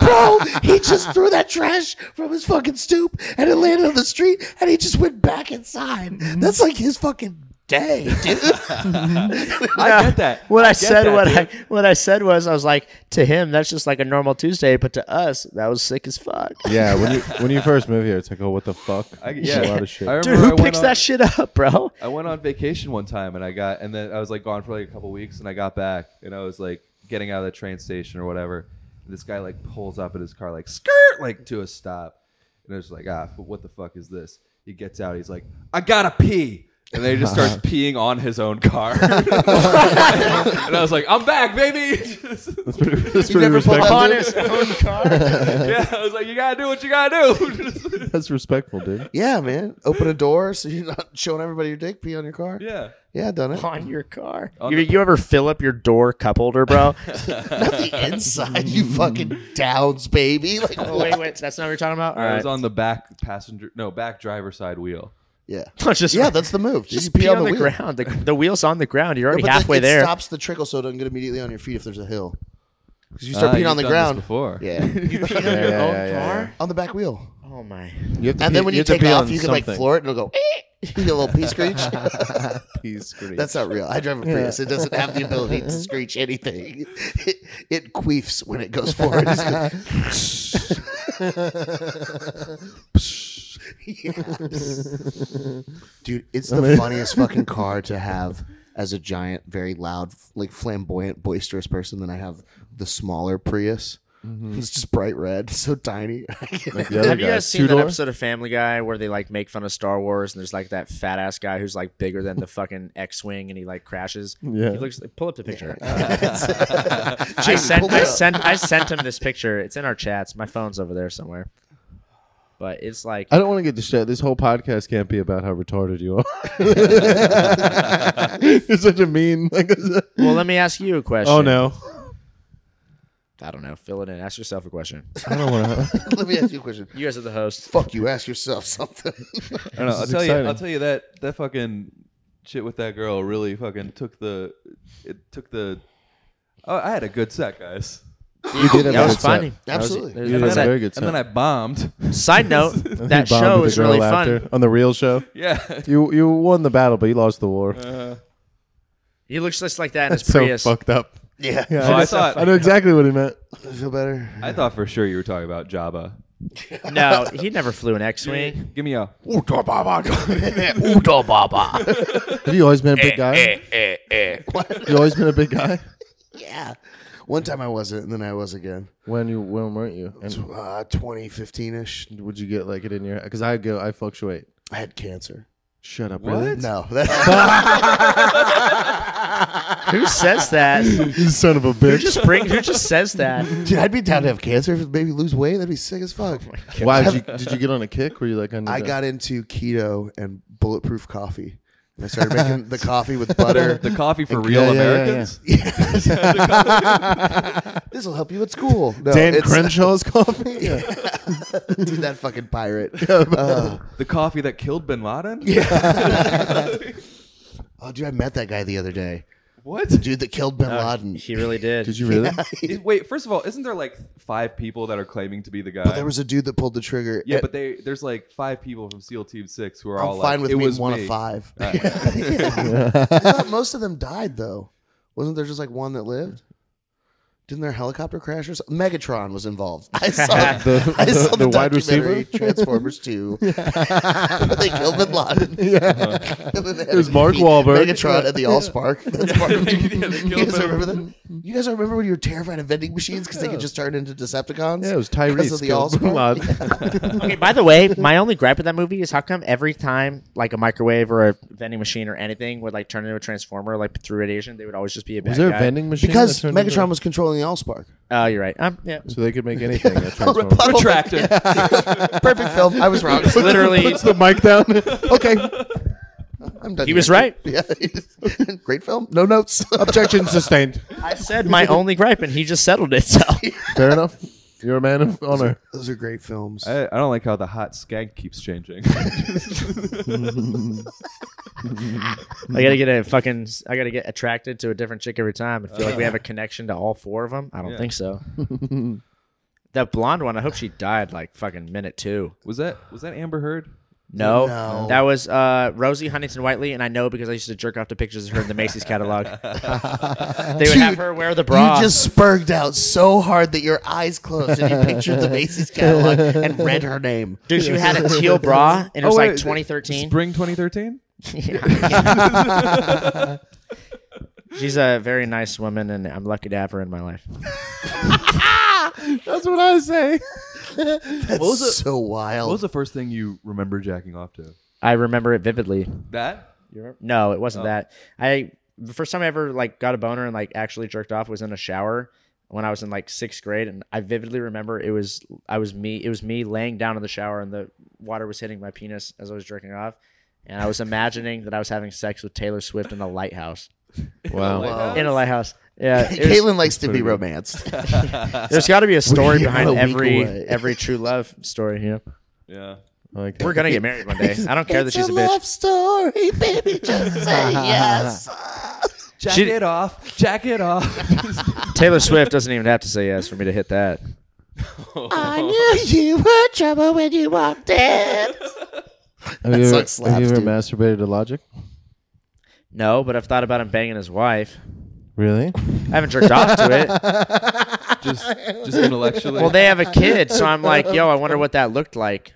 Speaker 5: Bro, he just threw that trash from his fucking stoop and it landed on the street and he just went back inside.
Speaker 3: Mm-hmm.
Speaker 5: That's like his fucking day, dude.
Speaker 3: Mm-hmm. I get that.
Speaker 4: What I,
Speaker 3: get
Speaker 4: said,
Speaker 3: that,
Speaker 4: what
Speaker 3: dude.
Speaker 4: I what I said was, I was like, to him, that's just like a normal Tuesday, but to us, that was sick as fuck.
Speaker 2: Yeah, when you when you first move here, it's like, oh, what the fuck?
Speaker 3: I-
Speaker 2: It's
Speaker 3: yeah.
Speaker 2: a lot of shit.
Speaker 3: I
Speaker 4: Dude,
Speaker 3: remember
Speaker 4: who
Speaker 3: I went
Speaker 4: picks
Speaker 3: on-
Speaker 4: that shit up, bro?
Speaker 3: I went on vacation one time and I got and then I was like gone for like a couple weeks and I got back and I was like getting out of the train station or whatever. And this guy like pulls up in his car like skirt like to a stop. And I was like, ah, but what the fuck is this? He gets out, he's like, I gotta pee. And then he just starts peeing on his own car. and I was like, I'm back, baby.
Speaker 2: That's pretty respectful.
Speaker 4: On his own car.
Speaker 3: yeah, I was like, you gotta do what you gotta do.
Speaker 2: That's respectful, dude.
Speaker 5: Yeah, man. Open a door so you're not showing everybody your dick pee on your car.
Speaker 3: yeah.
Speaker 5: Yeah, done it.
Speaker 4: on your car. You, you ever fill up your door cup holder, bro?
Speaker 5: Not the inside, you fucking downs, baby. Like,
Speaker 4: oh, wait, wait. That's not what you're talking about? All
Speaker 3: I
Speaker 4: right.
Speaker 3: was on the back passenger no, back driver side wheel.
Speaker 5: yeah.
Speaker 4: just,
Speaker 5: Yeah, that's the move. Just,
Speaker 4: just pee, on, the, ground. The, the wheel's on the ground. You're already
Speaker 5: No, but then
Speaker 4: halfway
Speaker 5: it
Speaker 4: there.
Speaker 5: stops the trickle so it doesn't get immediately on your feet if there's a hill. Because you start
Speaker 3: Ah,
Speaker 5: peeing on
Speaker 3: you've done this
Speaker 5: the ground.
Speaker 3: before.
Speaker 5: Yeah.
Speaker 4: Pee on your own car?
Speaker 5: on the back wheel.
Speaker 4: Oh,
Speaker 2: You
Speaker 4: my.
Speaker 2: have to
Speaker 5: And
Speaker 2: pee-
Speaker 5: then when you,
Speaker 2: have to
Speaker 5: take
Speaker 2: pee
Speaker 5: off,
Speaker 2: on
Speaker 5: you can
Speaker 2: something.
Speaker 5: like floor it and it'll go, "Eh." you get a little pee screech.
Speaker 2: Pee screech.
Speaker 5: That's not real. I drive a Prius. It doesn't have the ability to screech anything. It, it queefs when it goes forward. It's just go- Yeah. Dude, it's the funniest fucking car to have as a giant, very loud, like flamboyant, boisterous person than I have the smaller Prius. It's just bright red, so tiny.
Speaker 2: The other
Speaker 4: Have you
Speaker 2: guy,
Speaker 4: guys seen
Speaker 2: two-door?
Speaker 4: that episode of Family Guy where they like make fun of Star Wars and there's like that fat ass guy who's like bigger than the fucking X-wing and he like crashes?
Speaker 2: Yeah.
Speaker 4: He looks. Pull up the picture. I
Speaker 5: Jason, pull
Speaker 4: sent.
Speaker 5: that
Speaker 4: I
Speaker 5: up.
Speaker 4: sent. I sent him this picture. It's in our chats. My phone's over there somewhere. But it's like
Speaker 2: I don't want to get distracted. This whole podcast can't be about how retarded you are. You're such a mean. Like,
Speaker 4: Well, let me ask you a question.
Speaker 2: oh no,
Speaker 4: I don't know. Fill it in. Ask yourself a question.
Speaker 2: I don't want to.
Speaker 5: Let me ask you a question.
Speaker 4: You guys are the host.
Speaker 5: Fuck you. Ask yourself something.
Speaker 3: I don't know. I'll
Speaker 2: is
Speaker 3: tell you. I'll
Speaker 2: exciting.
Speaker 3: tell you that that fucking shit with that girl really fucking took the. It took the. Oh, I had a good set, guys.
Speaker 2: You did have
Speaker 4: That
Speaker 2: a
Speaker 4: was
Speaker 2: good set.
Speaker 4: funny.
Speaker 5: Absolutely.
Speaker 4: That was-
Speaker 2: You did
Speaker 4: and
Speaker 2: have a
Speaker 4: then
Speaker 2: very good
Speaker 3: and
Speaker 2: set.
Speaker 3: then I bombed.
Speaker 4: I- Side note, that
Speaker 2: You bonded
Speaker 4: show
Speaker 2: with
Speaker 4: is
Speaker 2: the girl
Speaker 4: really
Speaker 2: after-
Speaker 4: fun.
Speaker 2: on the real show.
Speaker 3: Yeah.
Speaker 2: You you won the battle, but you lost the war.
Speaker 4: He looks just like that in his
Speaker 2: so
Speaker 4: Prius.
Speaker 2: fucked up.
Speaker 5: Yeah.
Speaker 2: Yeah,
Speaker 3: Oh, I
Speaker 2: just-
Speaker 3: thought-
Speaker 2: I know exactly what he meant.
Speaker 5: I feel better.
Speaker 3: I thought for sure you were talking about Jabba.
Speaker 4: No, he never flew an X-wing.
Speaker 3: Give me a.
Speaker 5: Uta Baba.
Speaker 2: Have you always been a
Speaker 5: Eh,
Speaker 2: big guy? You always been a big guy.
Speaker 5: yeah. One time I wasn't, and then I was again.
Speaker 2: When you when weren't you? And
Speaker 5: Uh, 2015 ish.
Speaker 2: would you get like it in your? Because I go, I fluctuate.
Speaker 5: I had cancer.
Speaker 2: Shut up,
Speaker 3: What?
Speaker 2: really?
Speaker 5: No. That,
Speaker 4: Who says that? Who
Speaker 2: You son of a bitch.
Speaker 4: just bring? Who just says that?
Speaker 5: dude, I'd be down to have cancer if it made me lose weight. That'd be sick as
Speaker 3: Oh
Speaker 5: fuck.
Speaker 2: Why did you, did you get on a kick? Were you like, I, need
Speaker 5: I
Speaker 2: to-
Speaker 5: got into keto and bulletproof coffee. And I started making the coffee with butter.
Speaker 3: The coffee for real
Speaker 2: yeah, yeah,
Speaker 3: Americans.
Speaker 5: this will help you at school. No,
Speaker 2: Dan
Speaker 5: it's-
Speaker 2: Crenshaw's coffee? Yeah.
Speaker 5: Dude, that fucking pirate. Uh,
Speaker 3: The coffee that killed Bin Laden.
Speaker 5: oh, dude, I met that guy the other day.
Speaker 3: What?
Speaker 5: The dude that killed Bin
Speaker 3: Uh,
Speaker 5: Laden.
Speaker 4: He really did.
Speaker 2: Did you really?
Speaker 3: It- Wait. First of all, isn't there like five people that are claiming to be the guy?
Speaker 5: But there was a dude that pulled the trigger.
Speaker 3: yeah,
Speaker 5: And-
Speaker 3: but they there's like five people from SEAL Team Six who are
Speaker 5: I'm
Speaker 3: all
Speaker 5: fine
Speaker 3: like,
Speaker 5: with
Speaker 3: it
Speaker 5: me
Speaker 3: was
Speaker 5: one
Speaker 3: me.
Speaker 5: of five.
Speaker 3: All right.
Speaker 5: Yeah. I thought most of them died though. Wasn't there just like one that lived? Didn't there helicopter crashers? Megatron was involved. I saw
Speaker 2: The-
Speaker 5: I saw
Speaker 2: the
Speaker 5: the,
Speaker 2: wide
Speaker 5: documentary
Speaker 2: receiver?
Speaker 5: Transformers Two. they killed Bin Laden. And then they had
Speaker 2: was
Speaker 5: to
Speaker 2: Mark
Speaker 5: defeat
Speaker 2: Wahlberg.
Speaker 5: Megatron, and the AllSpark. That's part of it.
Speaker 3: Yeah, they killed
Speaker 5: you guys
Speaker 3: him.
Speaker 5: remember that? You guys remember when you were terrified of vending machines because they could just turn into Decepticons?
Speaker 2: Yeah, it was
Speaker 5: Because
Speaker 2: Tyrese.
Speaker 5: of the
Speaker 2: killed Bin
Speaker 5: AllSpark.
Speaker 2: Laden.
Speaker 4: Okay, by the way, my only gripe with that movie is how come every time like a microwave or a vending machine or anything would like turn into a transformer like through radiation, they would always just be a bad
Speaker 2: Was there a
Speaker 4: guy.
Speaker 2: vending machine?
Speaker 5: Because
Speaker 2: that turned into-
Speaker 5: Megatron was controlling the AllSpark.
Speaker 4: Oh, you're right. Um, yeah.
Speaker 2: So they could make anything. a transformer.
Speaker 3: Retracted.
Speaker 5: Perfect film. I was wrong.
Speaker 4: Literally,
Speaker 2: Puts the mic down. okay.
Speaker 5: I'm done
Speaker 4: he
Speaker 5: here.
Speaker 4: was right.
Speaker 5: Yeah. Great film. No notes.
Speaker 2: Objection sustained.
Speaker 4: I said my only gripe, and he just settled it. So
Speaker 2: Fair enough. You're a man of honor.
Speaker 5: Those are great
Speaker 3: Uh,
Speaker 5: films.
Speaker 3: I, I don't like how the hot skank keeps changing.
Speaker 5: Mm-hmm.
Speaker 4: I gotta get a fucking. I gotta get attracted to a different chick every time and feel like we have a connection to all four of them. I don't
Speaker 3: Yeah.
Speaker 4: think so. that blonde one. I hope she died like fucking minute two.
Speaker 3: Was that was that Amber Heard?
Speaker 4: No,
Speaker 5: No.
Speaker 4: that was uh, Rosie Huntington Whiteley, and I know because I used to jerk off to pictures of her in the Macy's catalog. they would have
Speaker 5: Dude,
Speaker 4: her wear the bra.
Speaker 5: You just spurged out so hard that your eyes closed and you pictured the Macy's catalog and read her name.
Speaker 4: Dude, she had a teal bra, and it
Speaker 5: Oh,
Speaker 4: was like 2013.
Speaker 3: Spring 2013.
Speaker 4: She's a very nice woman, and I'm lucky to have her in my life.
Speaker 2: That's what I say.
Speaker 5: That's
Speaker 3: was it-
Speaker 5: so wild.
Speaker 2: Oh.
Speaker 3: What was the first thing you remember jacking off to?
Speaker 4: I remember it vividly.
Speaker 3: That
Speaker 4: No, it wasn't that. I the first time I ever like got a boner and like actually jerked off was in a shower when I was in like sixth grade, and I vividly remember it was I was me it was me laying down in the shower and the water was hitting my penis as I was jerking off, and I was imagining that I was having sex with Taylor Swift in a lighthouse.
Speaker 2: Wow.
Speaker 4: In a lighthouse, yeah. it was-
Speaker 5: Caitlin likes to be romanced.
Speaker 4: there's got to be a story
Speaker 5: We're
Speaker 4: behind
Speaker 5: a week
Speaker 4: every
Speaker 5: away.
Speaker 4: every true love story. You know,
Speaker 3: yeah.
Speaker 2: I like
Speaker 4: we're
Speaker 2: that.
Speaker 4: gonna get married one day. I don't care that she's a bitch.
Speaker 5: love story, baby. Just say yes.
Speaker 3: Jack
Speaker 4: She-
Speaker 3: it off. Jack it off.
Speaker 4: Taylor Swift doesn't even have to say yes for me to hit that.
Speaker 5: I knew you were trouble when you walked in.
Speaker 2: Have you,
Speaker 5: That
Speaker 2: ever,
Speaker 5: sucks
Speaker 2: have you
Speaker 5: slaps,
Speaker 2: ever
Speaker 5: dude.
Speaker 2: masturbated to Logic?
Speaker 4: No, but I've thought about him banging his wife.
Speaker 2: Really?
Speaker 4: I haven't jerked off to it.
Speaker 3: just just intellectually.
Speaker 4: Well, they have a kid, so I'm like, yo, I wonder what that looked like.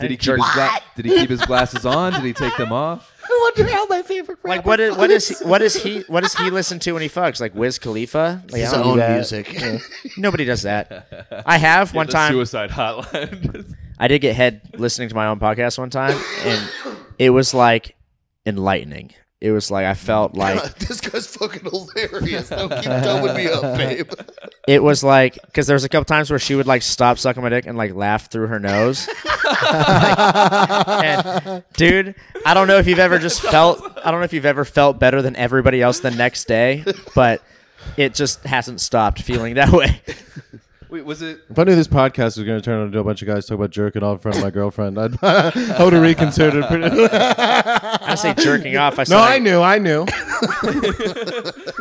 Speaker 3: did he keep his gla- did he keep his glasses on? Did he take them off?
Speaker 5: I wonder how my favorite rapper
Speaker 4: Like, what is what is he, what is he what does he listen to when he fucks? Like Wiz Khalifa? Like, I
Speaker 5: his
Speaker 4: don't do
Speaker 5: own
Speaker 4: that.
Speaker 5: music.
Speaker 4: Nobody does that. I have one time.
Speaker 3: suicide hotline.
Speaker 4: I did get head listening to my own podcast one time, and it was like enlightening. It was like I felt like
Speaker 5: this guy's fucking hilarious. Don't keep dumbing me up, babe.
Speaker 4: it was like because there was a couple times where she would like stop sucking my dick and like laugh through her nose. And, dude, I don't know if you've ever just felt I don't know if you've ever felt better than everybody else the next day, but it just hasn't stopped feeling that way.
Speaker 3: Wait, was it?
Speaker 2: If I knew this podcast was going to turn into a bunch of guys talking about jerking off in front of my girlfriend, I'd, I would have reconsidered. Pretty,
Speaker 4: I say jerking off. I said
Speaker 2: no,
Speaker 4: like-
Speaker 2: I knew, I knew.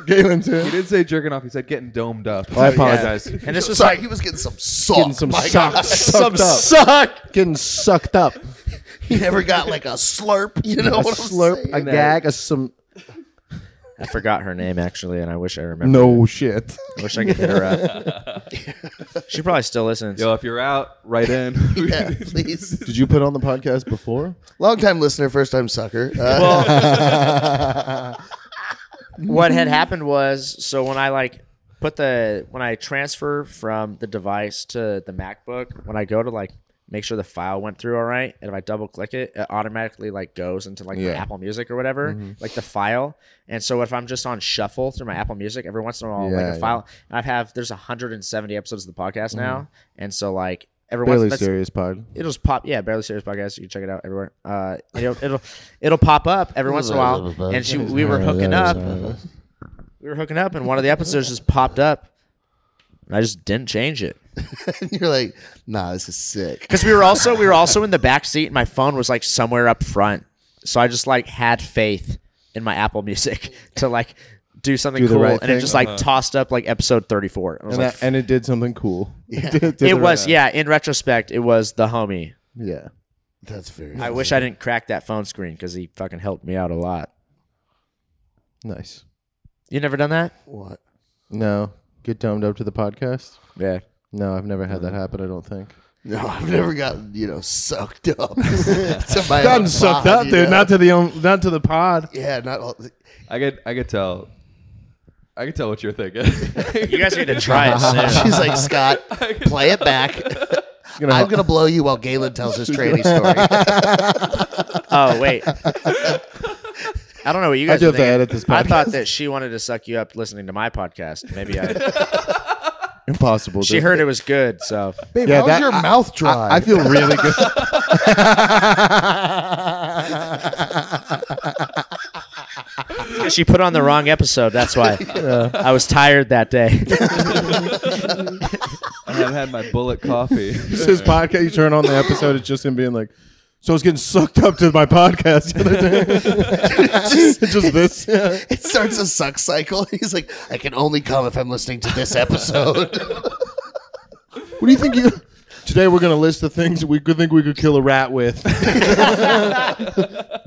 Speaker 2: Galen
Speaker 3: He
Speaker 2: too.
Speaker 3: didn't say jerking off. He said getting domed up.
Speaker 2: I apologize.
Speaker 4: And this was
Speaker 5: Sorry,
Speaker 4: like
Speaker 5: he was getting some sock.
Speaker 2: Getting some
Speaker 5: my
Speaker 2: suck,
Speaker 5: God.
Speaker 2: sucked up. Suck. Getting sucked up.
Speaker 5: He never got like a slurp. You know
Speaker 2: A
Speaker 5: what I'm
Speaker 2: slurp,
Speaker 5: saying?
Speaker 2: a gag, a some.
Speaker 4: I forgot her name actually, and I wish I remembered.
Speaker 2: No shit.
Speaker 4: I wish I could hit her up. she probably still listens.
Speaker 3: Yo, if you're out, right in.
Speaker 5: Yeah, please.
Speaker 2: Did you put on the podcast before?
Speaker 5: Long time listener, first time sucker. Uh,
Speaker 4: what
Speaker 2: Mm-hmm.
Speaker 4: had happened was so when I like put the when I transfer from the device to the MacBook, when I go to like make sure the file went through all right, and if I double click it, it automatically like goes into like the
Speaker 2: Yeah. Mm-hmm.
Speaker 4: Apple Music or whatever, like the file. And so if I'm just on shuffle through my Apple Music, every once in a while,
Speaker 2: Yeah,
Speaker 4: like a
Speaker 2: yeah.
Speaker 4: file, and I have there's 170 episodes of the podcast now, and so like every
Speaker 2: Mm-hmm. Barely
Speaker 4: once that's-
Speaker 2: serious pod.
Speaker 4: it'll just pop. Yeah, barely serious podcast. You can check it out everywhere. Uh, it'll it'll it'll pop up every once in a while. And she, we were hooking up. We were hooking up, and one of the episodes just popped up, and I just didn't change it
Speaker 5: and you're like, nah, this is sick.
Speaker 4: because we were also we were also in the back seat, and my phone was like somewhere up front. So I just like had faith in my Apple Music to like do something
Speaker 2: Do the
Speaker 4: cool,
Speaker 2: right
Speaker 4: and it
Speaker 2: thing.
Speaker 4: just like tossed up like episode thirty four. I was
Speaker 2: And,
Speaker 4: like,
Speaker 2: that, and it did something cool.
Speaker 5: Yeah.
Speaker 2: Did- did
Speaker 4: it
Speaker 2: the-
Speaker 4: was yeah. In retrospect, it was the homie.
Speaker 2: Yeah.
Speaker 5: That's very.
Speaker 4: I wish I didn't crack that phone screen because he fucking helped me out a lot.
Speaker 2: Nice.
Speaker 4: You never done that?
Speaker 5: What?
Speaker 2: No. Get domed up to the podcast?
Speaker 4: Yeah.
Speaker 2: No, I've never had that happen, I don't think.
Speaker 5: No, I've never gotten you know sucked up. to my
Speaker 2: Gotten
Speaker 5: own
Speaker 2: sucked
Speaker 5: pod,
Speaker 2: up,
Speaker 5: you
Speaker 2: dude.
Speaker 5: know?
Speaker 2: Not to the own, not to the pod.
Speaker 5: Yeah, not. All,
Speaker 3: I could I could tell. I could tell what you're thinking.
Speaker 4: You guys need to try it soon.
Speaker 5: she's like Scott, play it back. I'm gonna blow you while Galen tells his training story.
Speaker 4: Oh wait. I don't know what you guys.
Speaker 2: do
Speaker 4: were
Speaker 2: have to
Speaker 4: thinking.
Speaker 2: edit this
Speaker 4: I thought
Speaker 2: podcast.
Speaker 4: that she wanted to suck you up listening to my podcast. Maybe I,
Speaker 2: Impossible.
Speaker 4: she
Speaker 2: dude.
Speaker 4: heard it was good, so
Speaker 5: Babe,
Speaker 2: Yeah,
Speaker 5: how's
Speaker 2: that-
Speaker 5: your
Speaker 2: I-
Speaker 5: mouth dry?
Speaker 2: I feel really good.
Speaker 4: she put on the wrong episode. That's why I was tired that day.
Speaker 3: I haven't had my bullet coffee.
Speaker 2: It's his podcast. You turn on the episode, it's just him being like, So I was getting sucked up to my podcast the other day.
Speaker 5: Just-
Speaker 2: It's just this. Yeah.
Speaker 5: it starts a suck cycle. He's like, I can only come if I'm listening to this episode.
Speaker 2: What do you think you? Today we're gonna list the things we could think we could kill a rat with. we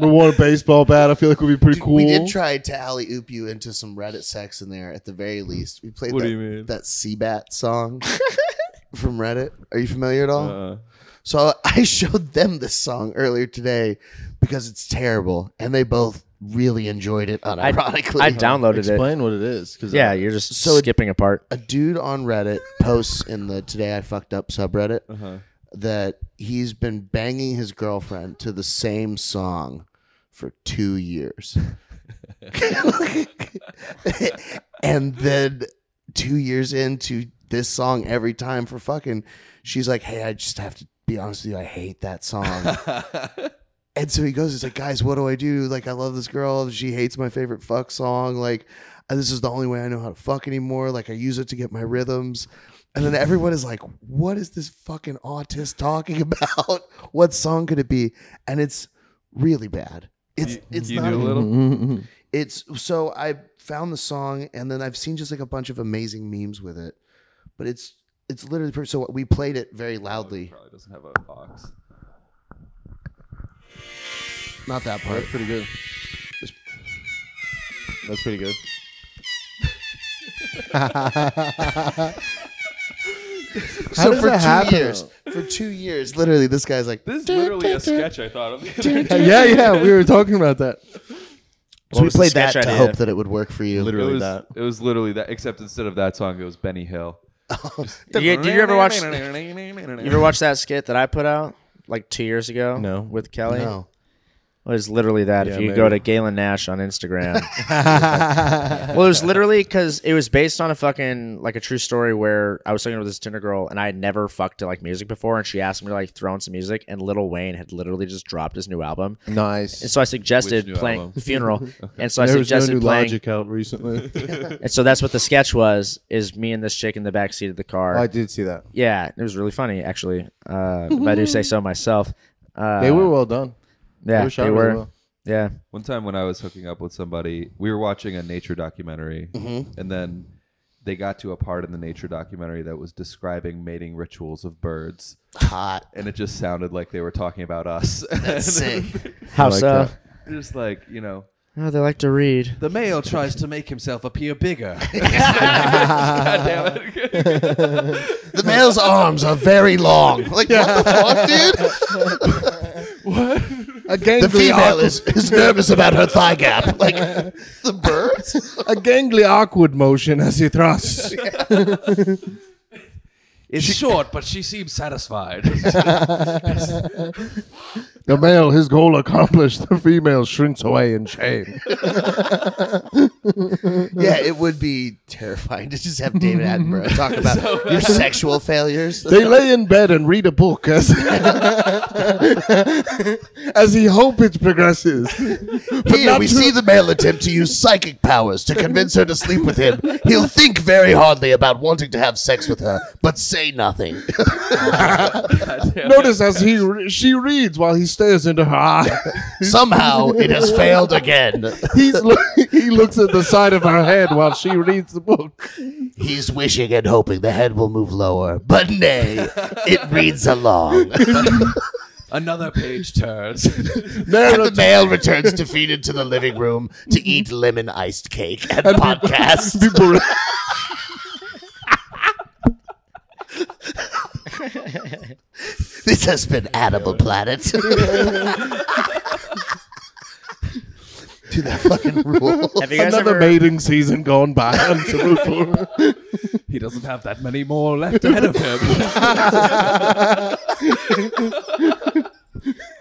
Speaker 2: want a baseball bat. I feel like would be pretty cool.
Speaker 5: We did try to alley oop you into some Reddit sex in there at the very least. We played
Speaker 3: Hmm. What
Speaker 5: that,
Speaker 3: do you mean?
Speaker 5: that Seabat song from Reddit. Are you familiar at all?
Speaker 3: Uh,
Speaker 5: So I showed them this song earlier today because it's terrible, and they both really enjoyed it
Speaker 4: I,
Speaker 5: unironically.
Speaker 4: I downloaded it.
Speaker 2: Explain what it is, because
Speaker 4: Yeah, you're just
Speaker 5: So it-
Speaker 4: skipping a part.
Speaker 5: a dude on Reddit posts in the Today I Fucked Up subreddit
Speaker 3: uh-huh.
Speaker 5: that he's been banging his girlfriend to the same song for two years. and then two years into this song every time for fucking, she's like, hey, I just have to be honest with you, I hate that song. and so he goes, he's like, guys, what do I do? Like, I love this girl. She hates my favorite fuck song. Like, uh, this is the only way I know how to fuck anymore. Like, I use it to get my rhythms. And then everyone is like, what is this fucking autist talking about? what song could it be? And it's really bad. It's, it's
Speaker 3: you
Speaker 5: not
Speaker 3: do a
Speaker 5: even-
Speaker 3: little?
Speaker 2: Mm-hmm.
Speaker 5: it's so I found the song and then I've seen just like a bunch of amazing memes with it, but it's it's literally pretty, so we played it very loudly.
Speaker 3: Probably doesn't have a box.
Speaker 5: Not that part.
Speaker 2: pretty good. That's pretty good. How
Speaker 5: So
Speaker 2: does
Speaker 5: for two
Speaker 2: that happen,
Speaker 5: years, for two years, literally, this guy's like,
Speaker 3: This is literally a sketch I thought of. The other day.
Speaker 2: yeah, yeah, we were talking about that.
Speaker 5: so we
Speaker 4: was the
Speaker 5: played that
Speaker 4: sketch
Speaker 5: to
Speaker 4: idea?
Speaker 5: hope that it would work for you.
Speaker 3: it
Speaker 2: Literally.
Speaker 3: was
Speaker 2: that.
Speaker 3: it was literally that. Except instead of that song, it was Benny Hill.
Speaker 4: Did you, did you ever watch? you ever watch that skit that I put out like two years ago?
Speaker 2: No.
Speaker 4: with Kelly.
Speaker 5: No,
Speaker 4: It was literally that. if
Speaker 2: Yeah,
Speaker 4: you
Speaker 2: maybe.
Speaker 4: go to Galen Nash on Instagram, well, it was literally because it was based on a fucking like a true story where I was talking with this Tinder girl and I had never fucked to like music before, and she asked me to like throw on some music, and Lil Wayne had literally just dropped his new album, and
Speaker 2: Nice.
Speaker 4: so I suggested
Speaker 3: new
Speaker 4: playing
Speaker 3: album?
Speaker 4: Funeral, and so I
Speaker 2: there was no
Speaker 4: suggested
Speaker 2: new
Speaker 4: playing,
Speaker 2: logic out recently.
Speaker 4: and so that's what the sketch was: is me and this chick in the back seat of the car.
Speaker 2: did see that.
Speaker 4: yeah, it was really funny actually. Uh, if I do say so myself. Uh,
Speaker 2: They were well done.
Speaker 4: yeah,
Speaker 2: were shot
Speaker 4: they
Speaker 2: really
Speaker 4: were.
Speaker 2: well.
Speaker 4: Yeah,
Speaker 3: One time when I was hooking up with somebody, we were watching a nature documentary, and then they got to a part in the nature documentary that was describing mating rituals of birds,
Speaker 5: hot.
Speaker 3: and it just sounded like they were talking about us.
Speaker 5: That's sick.
Speaker 4: how
Speaker 2: like
Speaker 4: so?
Speaker 2: that.
Speaker 3: just like you know,
Speaker 4: Oh, they like to read.
Speaker 3: the male tries to make himself appear bigger. God damn it!
Speaker 5: The male's arms are very long. Like what the fuck, dude?
Speaker 2: A gangly,
Speaker 5: The female is, is nervous about her thigh gap. Like the birds.
Speaker 2: a gangly awkward motion as he thrusts.
Speaker 3: It's short, but she seems satisfied.
Speaker 2: The male, his goal accomplished. The female shrinks away in shame.
Speaker 5: Yeah, it would be terrifying to just have David Attenborough talk about your sexual failures.
Speaker 2: They lay in bed and read a book as, as he hope it progresses.
Speaker 5: Here
Speaker 2: not
Speaker 5: we
Speaker 2: true.
Speaker 5: see the male attempt to use psychic powers to convince her to sleep with him. He'll think very hardly about wanting to have sex with her, but say nothing.
Speaker 2: Notice as he re- she reads while he stares into her eye.
Speaker 5: Somehow it has failed again.
Speaker 2: He's lo- he looks at the side of her head while she reads the book.
Speaker 5: He's wishing and hoping the head will move lower, but nay, it reads along.
Speaker 3: Another page turns.
Speaker 5: And the male returns defeated to the living room to eat lemon iced cake and podcast.
Speaker 2: People-
Speaker 5: This has been Animal Planet. Dude, that fucking rule.
Speaker 4: Have you guys
Speaker 2: Another
Speaker 4: ever?
Speaker 2: mating season gone by. I'm to root for.
Speaker 3: he doesn't have that many more left ahead of him.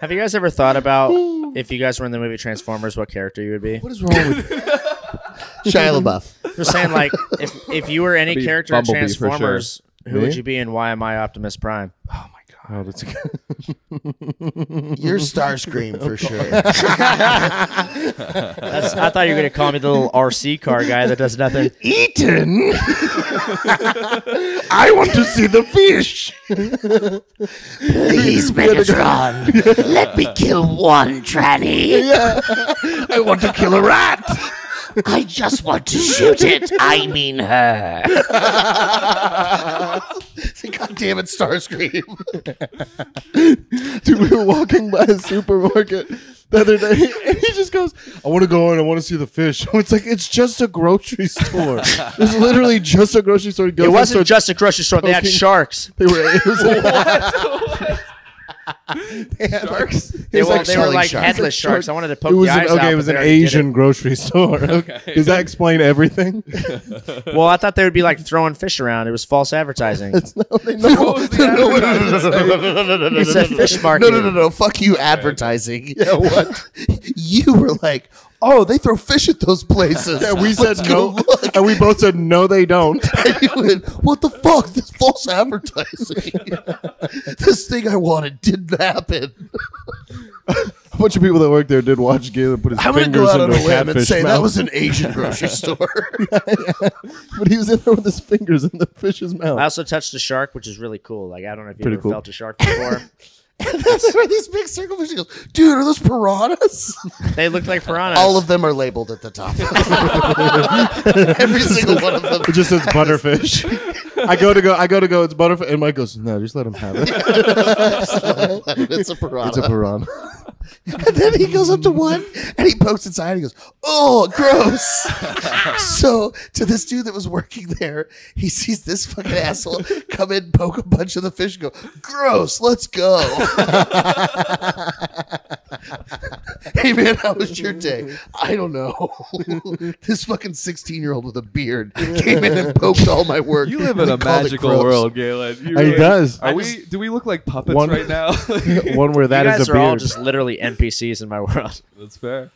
Speaker 4: Have you guys ever thought about if you guys were in the movie Transformers, what character you would be?
Speaker 2: What is wrong with you?
Speaker 5: Shia LaBeouf.
Speaker 4: Just saying, like, if if you were any
Speaker 3: Be
Speaker 4: character in
Speaker 3: Bumblebee for sure.
Speaker 4: Transformers, who
Speaker 2: Me?
Speaker 4: would you be, and why am I Optimus Prime?
Speaker 5: Oh my god.
Speaker 2: Oh, that's
Speaker 5: You're Starscream for sure.
Speaker 4: That's, I thought you were going to call me the little RC car guy that does nothing.
Speaker 2: Eaten. I want to see the fish.
Speaker 5: Please, Megatron, let me kill one tranny.
Speaker 2: I want to kill a rat.
Speaker 5: I just want to shoot it. I mean her. God damn it, Starscream.
Speaker 2: Dude, we were walking by a supermarket the other day, and he just goes, "I want to go in. I want to see the fish." It's like it's just a grocery store. It's literally just a grocery store. He goes
Speaker 4: It
Speaker 2: in,
Speaker 4: wasn't
Speaker 2: starts-
Speaker 4: just a grocery store. They had
Speaker 2: poking-
Speaker 4: sharks.
Speaker 2: They were. It was like,
Speaker 3: Sharks.
Speaker 4: They,
Speaker 5: was
Speaker 4: were
Speaker 5: like
Speaker 4: they were
Speaker 5: selling
Speaker 4: like
Speaker 5: sharks.
Speaker 4: headless sharks. I wanted to poke
Speaker 2: it was
Speaker 4: the
Speaker 2: an,
Speaker 4: eyes out.
Speaker 2: okay. It was
Speaker 4: but they
Speaker 2: an
Speaker 4: already did it.
Speaker 2: Asian grocery store. Does that explain everything?
Speaker 4: Well, I thought they would be like throwing fish around. It was false advertising.
Speaker 3: What was the advertisement?
Speaker 4: it's a fish market.
Speaker 5: No, no, no, no. Fuck you, advertising. Yeah, what? you were like, oh, they throw fish at those places.
Speaker 2: Yeah, we
Speaker 5: Let's
Speaker 2: said
Speaker 5: go
Speaker 2: no,
Speaker 5: look.
Speaker 2: and we both said no. They don't.
Speaker 5: And you went, what the fuck? This false advertising. this thing I wanted didn't happen.
Speaker 2: A bunch of people that worked there did watch Galen put his
Speaker 5: I'm gonna go
Speaker 2: fingers
Speaker 5: out on
Speaker 2: into
Speaker 5: a
Speaker 2: a
Speaker 5: limb and
Speaker 2: catfish
Speaker 5: say
Speaker 2: mouth.
Speaker 5: that was an Asian grocery store.
Speaker 2: but he was in there with his fingers in the fish's mouth.
Speaker 4: I also touched a shark, which is really cool. Like I don't know if you
Speaker 2: Pretty
Speaker 4: ever
Speaker 2: cool.
Speaker 4: felt a shark before.
Speaker 5: That's where these big circle fish goes. Dude, are those piranhas?
Speaker 4: they looked like piranhas.
Speaker 5: All of them are labeled at the top. Every single one of them.
Speaker 2: It just says butterfish. I go to go. I go to go. It's butterfish, and Mike goes, "No, just let him have it.
Speaker 5: It's a piranha.
Speaker 2: It's a piranha."
Speaker 5: And then he goes up to one and he pokes its eye and he goes, Oh, gross. so to this dude that was working there, he sees this fucking asshole come in, poke a bunch of the fish, and go, Gross, let's go. hey man, how was your day? I don't know. this fucking 16 year old with a beard came in and poked all my work.
Speaker 3: You live in a
Speaker 5: and called it
Speaker 3: magical
Speaker 5: gross.
Speaker 3: world, Galen. You
Speaker 2: Oh, He does.
Speaker 3: Are we? Do we look like puppets
Speaker 2: One-
Speaker 3: right now?
Speaker 2: One where
Speaker 4: you
Speaker 2: that
Speaker 4: guys
Speaker 2: is a
Speaker 4: are all
Speaker 2: beard.
Speaker 4: just literally NPCs in my world.
Speaker 3: That's fair.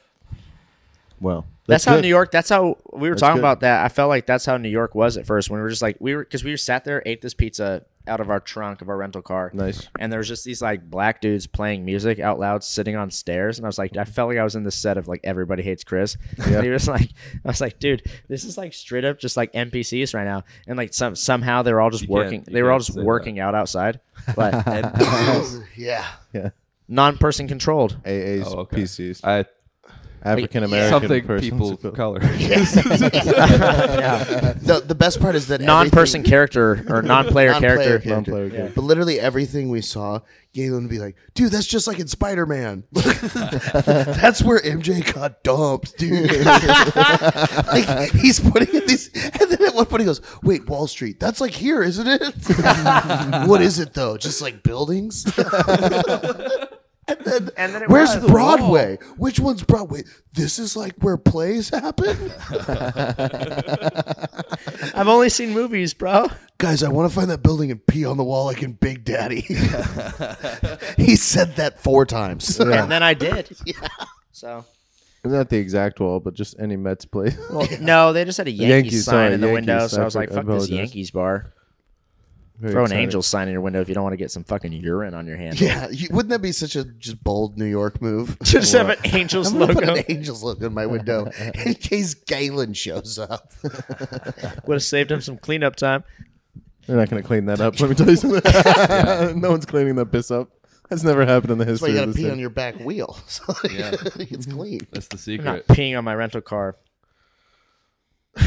Speaker 2: well,
Speaker 4: That's, how
Speaker 2: good.
Speaker 4: New York. That's how we were
Speaker 2: That's
Speaker 4: talking
Speaker 2: good.
Speaker 4: about that. I felt like that's how New York was at first when we were just like we were because we sat there, ate this pizza out of our trunk of our rental car.
Speaker 2: Nice.
Speaker 4: And there was just these like black dudes playing music out loud, sitting on stairs, and I was like, I felt like I was in the set of like Everybody Hates Chris. And he was like, I was like, dude, this is like straight up just like NPCs right now, and like some somehow they were all just
Speaker 3: You can't-
Speaker 4: working.
Speaker 3: you
Speaker 4: They were all
Speaker 3: can't
Speaker 4: just
Speaker 3: say that.
Speaker 4: working out outside, like
Speaker 5: Yeah.
Speaker 4: non-person controlled.
Speaker 2: AA's
Speaker 3: Oh, okay.
Speaker 2: PCs,
Speaker 3: I
Speaker 2: African American
Speaker 3: something people of color.
Speaker 5: No, the best part is that
Speaker 4: Non-person
Speaker 5: everything-
Speaker 4: character or non-player,
Speaker 5: Non-player
Speaker 4: character.
Speaker 2: Non-player character.
Speaker 5: But literally everything we saw, Galen would be like, dude, that's just like in Spider Man. that's where MJ got dumped, dude. like, he's putting in these. And then at one point he goes, wait, Wall Street, that's like here, isn't it? what is it, though? Just like buildings?
Speaker 4: And then it
Speaker 5: Where's
Speaker 4: was.
Speaker 5: Broadway? Which one's Broadway? This is like where plays happen?
Speaker 4: I've only seen movies, bro.
Speaker 5: Guys, I want to find that building and pee on the wall like in Big Daddy. he said that four times.
Speaker 4: And then I did. So
Speaker 2: Not the exact wall, but just any Mets place.
Speaker 4: no, they just had a Yankees,
Speaker 2: Yankees,
Speaker 4: sign
Speaker 2: sorry,
Speaker 4: in the
Speaker 2: Yankees,
Speaker 4: window, so
Speaker 2: I
Speaker 4: I was like,
Speaker 2: forgot- I
Speaker 4: "Fuck this
Speaker 2: apologize.
Speaker 4: Yankees bar."
Speaker 2: Very
Speaker 4: Throw an
Speaker 2: exciting.
Speaker 4: angel sign in your window if you don't want to get some fucking urine on your hand.
Speaker 5: Yeah, you, wouldn't that be such a just bold New York move?
Speaker 4: Just have an angel's
Speaker 5: I'm gonna put
Speaker 4: logo.
Speaker 5: an angel's logo in my window in case Galen shows up.
Speaker 4: Would have saved him some cleanup time.
Speaker 2: They're not going to clean that up. Let me tell you something. no one's cleaning that piss up. That's never happened in the
Speaker 5: That's why you
Speaker 2: history
Speaker 5: got
Speaker 2: of
Speaker 5: to
Speaker 2: this
Speaker 5: pee on
Speaker 2: thing.
Speaker 5: your back wheel. So it's clean.
Speaker 3: That's the
Speaker 4: I'm not
Speaker 3: secret.
Speaker 4: peeing on my rental car.